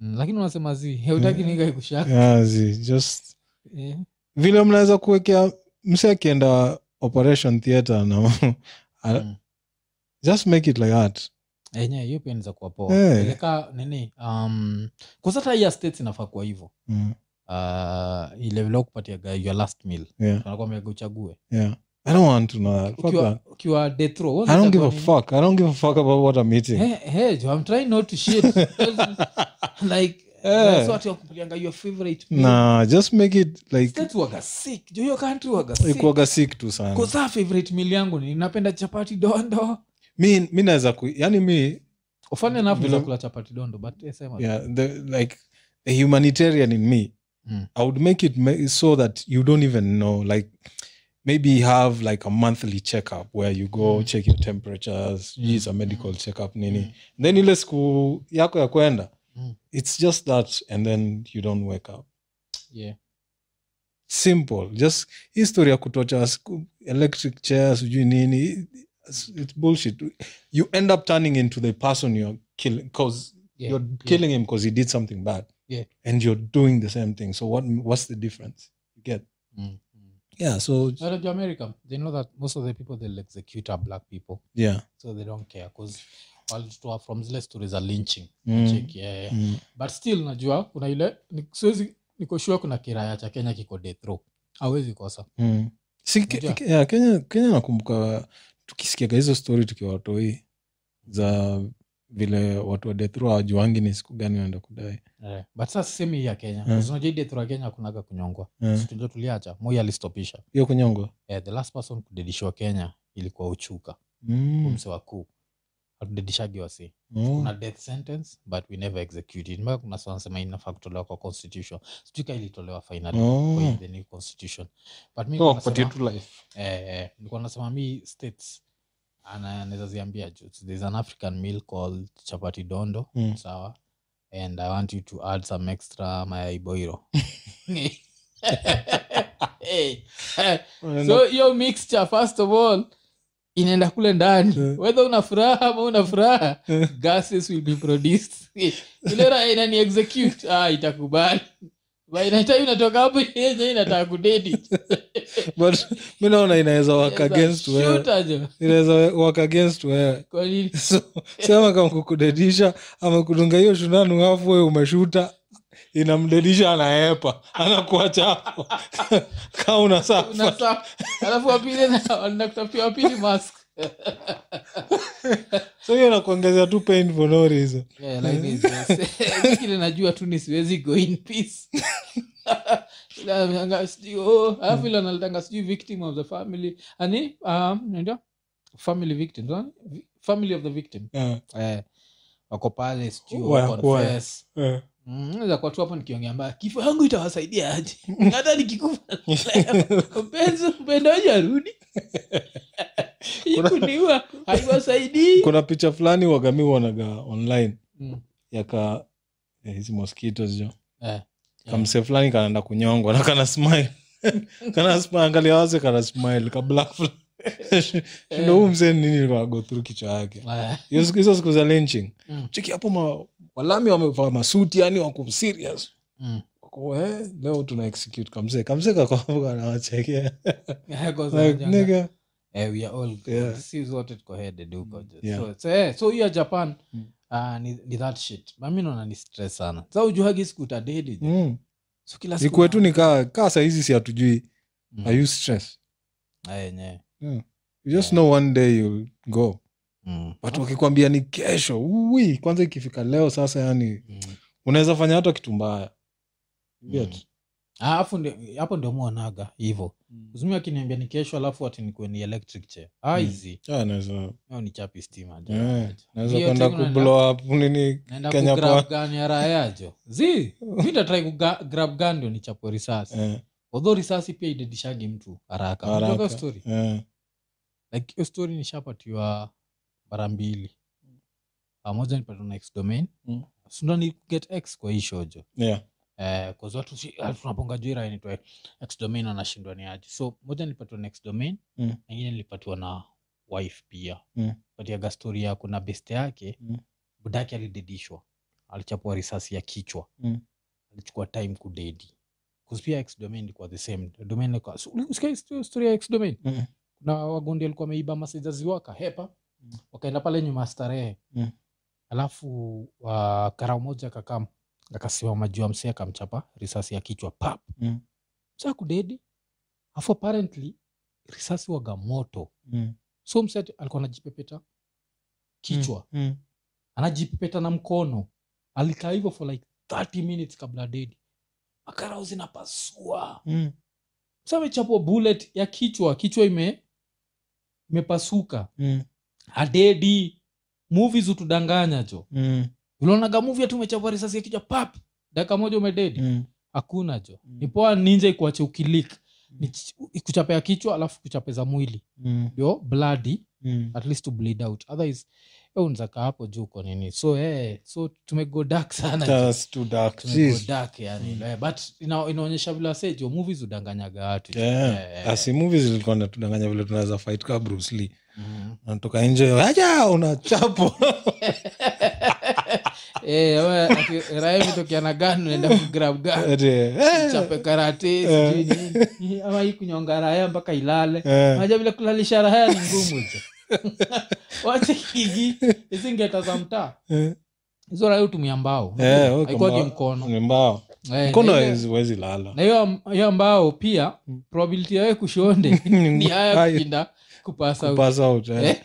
Speaker 1: Mm, lakini unasema zi heutaki ninga ikushank
Speaker 2: yeah, zi- just
Speaker 1: Eh,
Speaker 2: vile mnaweza kuwekea mse akienda operation theatre na a-
Speaker 1: Mm.
Speaker 2: just make it like that
Speaker 1: enyewe Eh, hiyo pia niza kuwa poa
Speaker 2: Eh.
Speaker 1: eleka nini um, kwasata hiya states inafaa kuwa hivo
Speaker 2: Mm,
Speaker 1: uh, ile vile kupatiaga your last meal
Speaker 2: yeah,
Speaker 1: anakwambiaga uchague
Speaker 2: yeah. i don't want to know that. Fuck
Speaker 1: ukiwa
Speaker 2: that.
Speaker 1: ukiwa death row
Speaker 2: i don't give a
Speaker 1: unachagua nini?
Speaker 2: fuck i don't give a fuck about what i'm eating
Speaker 1: Hey, hey, Joe, I'm trying not to shit. like,
Speaker 2: Eh.
Speaker 1: that's what you're kupilianga your favorite meal.
Speaker 2: nah just make it like
Speaker 1: States waga sick. Jo, hiyo country waga sick.
Speaker 2: ikuwaga sick tu sana
Speaker 1: 'Cause our favorite meal yangu ni napenda chapati dondo.
Speaker 2: mi mi naweza ku yani mi
Speaker 1: Funny enough,
Speaker 2: Vile-
Speaker 1: naweza kula chapati dondo, but eh, yes, I'm a-
Speaker 2: Mm. yeah, the, like the humanitarian in me
Speaker 1: Mm.
Speaker 2: i would make it ma- so that you don't even know like maybe have like a monthly checkup where you
Speaker 1: Hmm.
Speaker 2: go check your temperatures sijui is a medical checkup nini then ile siku yako ya kwenda
Speaker 1: Mm.
Speaker 2: it's just that and then you don't wake up
Speaker 1: yeah.
Speaker 2: simple just history ya kutocha siku- electric chair sijui nini it's- it's bullshit you end up turning into the person you're killing cause
Speaker 1: Yeah.
Speaker 2: you're killing him because he did something bad
Speaker 1: Yeah.
Speaker 2: and you're doing the same thing so what what's the difference you get
Speaker 1: Mm. Mm.
Speaker 2: yeah so
Speaker 1: Out of America, they know that most of the people they'll execute are black people,
Speaker 2: yeah
Speaker 1: so they don't care because walitoa from zile stories za lynching
Speaker 2: Mm.
Speaker 1: Check, yeah, yeah.
Speaker 2: Mm.
Speaker 1: but still najua kuna ile ni- siwezi nikoshua kuna kiraya cha kenya kiko death row awezi kosa
Speaker 2: Mm. si Ke-
Speaker 1: Unajua?
Speaker 2: Ke- yeah, kenya kenya nakumbuka tukisikiaga hizo story tukiwa watoi za vile watu wa death row hawajuangi ni siku gani wanaenda kudai
Speaker 1: eh. but sasa sisemi hii ya kenya
Speaker 2: Eh.
Speaker 1: yeah. unajua hii death row ya kenya kunaga kunyongwa
Speaker 2: Eh,
Speaker 1: yeah. tulio tuliacha moi alistopisha
Speaker 2: hiyo kunyongwa
Speaker 1: eh, the last person kudedishwa kenya ilikuwa uchuka
Speaker 2: Mm.
Speaker 1: mse wakuu hatudedishagi wasi
Speaker 2: Oh.
Speaker 1: kuna death sentence but we never executed mpaka kuna swala nasema inafaa kutolewa kwa constitution sijui ka ilitolewa finally kwa
Speaker 2: Oh.
Speaker 1: hii the new constitution but mi
Speaker 2: So
Speaker 1: nilikuwa
Speaker 2: wakupatie
Speaker 1: nasema-
Speaker 2: tu life
Speaker 1: eh, eh, nilikuwa nasema mi states anaweza ziambia juu there's an african meal called chapati dondo
Speaker 2: Mm.
Speaker 1: sawa and i want you to add some extra mayaiboiro hey. so hiyo mixture first of all inaenda kule ndani
Speaker 2: Eh.
Speaker 1: whether una furaha ama una furaha gases will be produced ilera inani execute ah, itakubali Ba, inahitaji unatoka hapo yenye inataka kudedi
Speaker 2: but mi naona inaweza work against wewe
Speaker 1: Shoot aje.
Speaker 2: inaweza work against wewe
Speaker 1: Kwa nini?
Speaker 2: so sema kama kukudedisha ama kudunga hiyo shunanu afu we umeshuta inamdedisha anaepa anakuacha hapo kaa unasafa
Speaker 1: Unasa- alafu wapili na- wanakutapia wapili mask
Speaker 2: so hiyo nakuongezea tu pain for no reason
Speaker 1: Yeah, life is
Speaker 2: Eh?
Speaker 1: just- kile najua tu ni siwezi go in peace Ila anaanga sijui, oh, alafu ile analitanga sijui victim of the family ani um, unajua? family victim no? Vi- family of the victim
Speaker 2: Yeah,
Speaker 1: eh, wako pale sijui
Speaker 2: Wa-
Speaker 1: wa
Speaker 2: wa-
Speaker 1: confess.
Speaker 2: yeah.
Speaker 1: Mm, naweza kuwa tu hapo nikiongea mbaya kifo yangu itawasaidia aje hata nikikufa mpenzi mpendo wangu arudi Hii kuniua haiwasaidii
Speaker 2: kuna picha fulani wagami wanaga online
Speaker 1: Mm,
Speaker 2: yaka eh, hizi mosquitos jo
Speaker 1: eh,
Speaker 2: kamse fulani kanaenda kunyongwa na kana smile kana smile angalia wazi kana smile ka black fulani ndo huu mzee ni nini kwa go through kichwa yake
Speaker 1: eh,
Speaker 2: Hiyo siku- hizo siku za lynching
Speaker 1: Mm.
Speaker 2: cheki hapo ma, walami wamevaa masuti yani wako serious
Speaker 1: mm.
Speaker 2: Wako, eh, leo tuna execute kamse kamse kakwamka nawachekea
Speaker 1: Eh, kwa sababu
Speaker 2: like,
Speaker 1: janga-
Speaker 2: nigga.
Speaker 1: Eh, we are all good.
Speaker 2: Yeah. Mm.
Speaker 1: Si zote tuko headed huko just.
Speaker 2: Yeah.
Speaker 1: So- so, eh, so hiyo ya japan
Speaker 2: Mm.
Speaker 1: ah, ni, ni that shit But mi naona ni stress sana sa ujuhagi sikutadedi
Speaker 2: Mm.
Speaker 1: so kila
Speaker 2: ni
Speaker 1: siku
Speaker 2: kwetu
Speaker 1: una-
Speaker 2: ni kaa kaa sahizi si hatujui
Speaker 1: Mm.
Speaker 2: are you stressed
Speaker 1: Ah, yenyewe.
Speaker 2: you just
Speaker 1: Yeah.
Speaker 2: know one day you'll go
Speaker 1: Mm.
Speaker 2: but wakikwambia ni kesho uwi kwanza ikifika leo sasa yani
Speaker 1: Mm.
Speaker 2: unaweza fanya hata kitu mbaya You
Speaker 1: Mm.
Speaker 2: get?
Speaker 1: Ah, alafu ndi- hapo ndio muonaga hivo zumi akiniambia ni kesho alafu ati nikuwe ni electric chair ah,
Speaker 2: Mm.
Speaker 1: easy.
Speaker 2: Ah, naweza-
Speaker 1: Hiyo ni chapi stima jo.
Speaker 2: eh, naweza
Speaker 1: Hiyo
Speaker 2: kwenda
Speaker 1: tu unaenda-
Speaker 2: kublow up nini eh,
Speaker 1: naenda
Speaker 2: Kenya
Speaker 1: kugrab
Speaker 2: pa-
Speaker 1: gani ya raya jo zi mi tatrai kugrab gani ndio nichapwe risasi
Speaker 2: eh,
Speaker 1: although risasi pia idedishagi mtu haraka
Speaker 2: haraka.
Speaker 1: Unajua hiyo story
Speaker 2: Eh,
Speaker 1: like hiyo story nishapatiwa mara mbili Ah, moja nipatiwa na x domain
Speaker 2: Mm.
Speaker 1: sunda ni get x kwa hii shojo
Speaker 2: yeah.
Speaker 1: eh, 'cause watu si- ah, tunaponga jira inaitwa x domain wanashindwa ni aje so moja nilipatiwa na x domain
Speaker 2: Mm.
Speaker 1: na ingine nilipatiwa na wife pia
Speaker 2: Mm.
Speaker 1: patiaga stori ya kuna beste yake
Speaker 2: Mm.
Speaker 1: budake alidedishwa alichapua risasi ya kichwa
Speaker 2: Mm.
Speaker 1: alichukua time kudedi 'Cause pia x domain ilikuwa the same domain ilikuwa- so, ulisikia hiyo story ya x domain
Speaker 2: Mm.
Speaker 1: na wagondi walikuwa wameiba masaizazi wakahepa
Speaker 2: Mm.
Speaker 1: wakaenda pale nyuma ya starehe
Speaker 2: Mm.
Speaker 1: alafu uh, karau moja akakam akasimama juu ya msee akamchapa risasi ya kichwa pap
Speaker 2: Mm.
Speaker 1: msee akudedi afu apparently risasi waga moto
Speaker 2: Mm.
Speaker 1: so msee ati- alikuwa anajipepeta kichwa
Speaker 2: Mm.
Speaker 1: anajipepeta na mkono alikaa hivyo for like 30 minutes kabla dedi makarau zinapasua
Speaker 2: Mm.
Speaker 1: msee amechapwa bullet ya kichwa kichwa ime imepasuka
Speaker 2: Mm.
Speaker 1: adedi muvi zutudanganya jo
Speaker 2: Mm.
Speaker 1: ulionaga muvi ati umechapua risasi ya kichwa pap dakika moja umededi
Speaker 2: Mm.
Speaker 1: hakuna jo
Speaker 2: Mm.
Speaker 1: nipoa ninja ikuache ukilik ni ch- kuchapea kichwa alafu kuchapeza mwili
Speaker 2: Mm.
Speaker 1: ndio bloody
Speaker 2: Mm.
Speaker 1: at least to bleed out otherwise eh, unaweza kaa hapo juu uko nini so eh, so tumego dark sana
Speaker 2: That's too dark.
Speaker 1: tumego
Speaker 2: Jeez.
Speaker 1: dark yani
Speaker 2: Mm.
Speaker 1: eh, but ina, inaonyesha vile asejo movies udanganyaga watu
Speaker 2: Yeah.
Speaker 1: Eh, eh,
Speaker 2: asi movie zilikuwa natudanganya vile tunaweza fight ka bruce lee
Speaker 1: mm.
Speaker 2: natoka nje aja unachapo
Speaker 1: Eh, we, aki- Rahim tokea na gani unaenda kugrab gani
Speaker 2: Ati, eh,
Speaker 1: chape karate
Speaker 2: Eh.
Speaker 1: sijui nini. ama hii kunyonga raya mpaka ilale
Speaker 2: eh.
Speaker 1: Unajua vile kulalisha raha ni ngumu hicho wache kigi isingeta za mtaa
Speaker 2: Eh,
Speaker 1: hizo raha hutumia mbao
Speaker 2: eh, okay,
Speaker 1: haikuwagi
Speaker 2: mbao.
Speaker 1: mkono
Speaker 2: Ni mbao
Speaker 1: Eh,
Speaker 2: mkono
Speaker 1: na ile-
Speaker 2: hawezi- huwezi lala
Speaker 1: na hiyo- hiyo mbao pia
Speaker 2: Mm.
Speaker 1: probability yawe kushonde ni haya
Speaker 2: Haya,
Speaker 1: kushinda kupasa out.
Speaker 2: pass out, eh.
Speaker 1: Eh?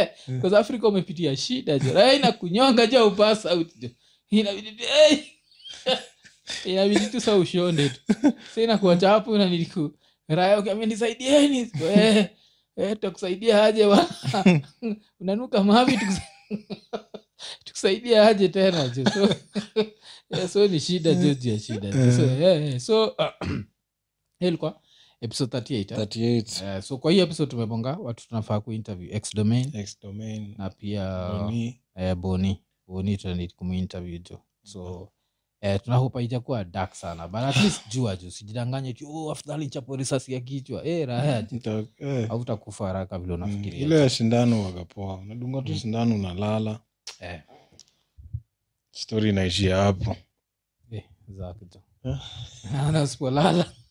Speaker 1: Kwa sababu afrika umepitia shida jo raha inakunyonga jo upasa out jo inabidi tu- eh! inabidi tu sa ushonde tu sa inakuacha hapo naniliku raya ukiambia nisaidieni Eh, eh, tutakusaidia aje wa unanuka mavi tukusa- tukusaidia aje tena jo so, eh, so ni shida jo juu ya shida jo. so, eh, eh, so hiyo ilikuwa episode 38 eh?
Speaker 2: 38
Speaker 1: Eh, so kwa hii episode tumebonga watu tunafaa kuinterview ex domain
Speaker 2: X domain,
Speaker 1: na pia
Speaker 2: nini.
Speaker 1: eh, boni boni tunani kumuinterview jo so eh, tunahopa ijakuwa dark sana but at least jua juu sijidanganye tu oh, afadhali chapo risasi ya kichwa eh, raha jo."
Speaker 2: Nita- eh.
Speaker 1: hautakufa haraka vile
Speaker 2: Mm,
Speaker 1: unafikiria
Speaker 2: ile ya shindano wagapoa unadunga tu
Speaker 1: Mm.
Speaker 2: shindano unalala
Speaker 1: Eh.
Speaker 2: stori inaishia hapo
Speaker 1: Eh, zake tu.
Speaker 2: Eh.
Speaker 1: Naona usipolala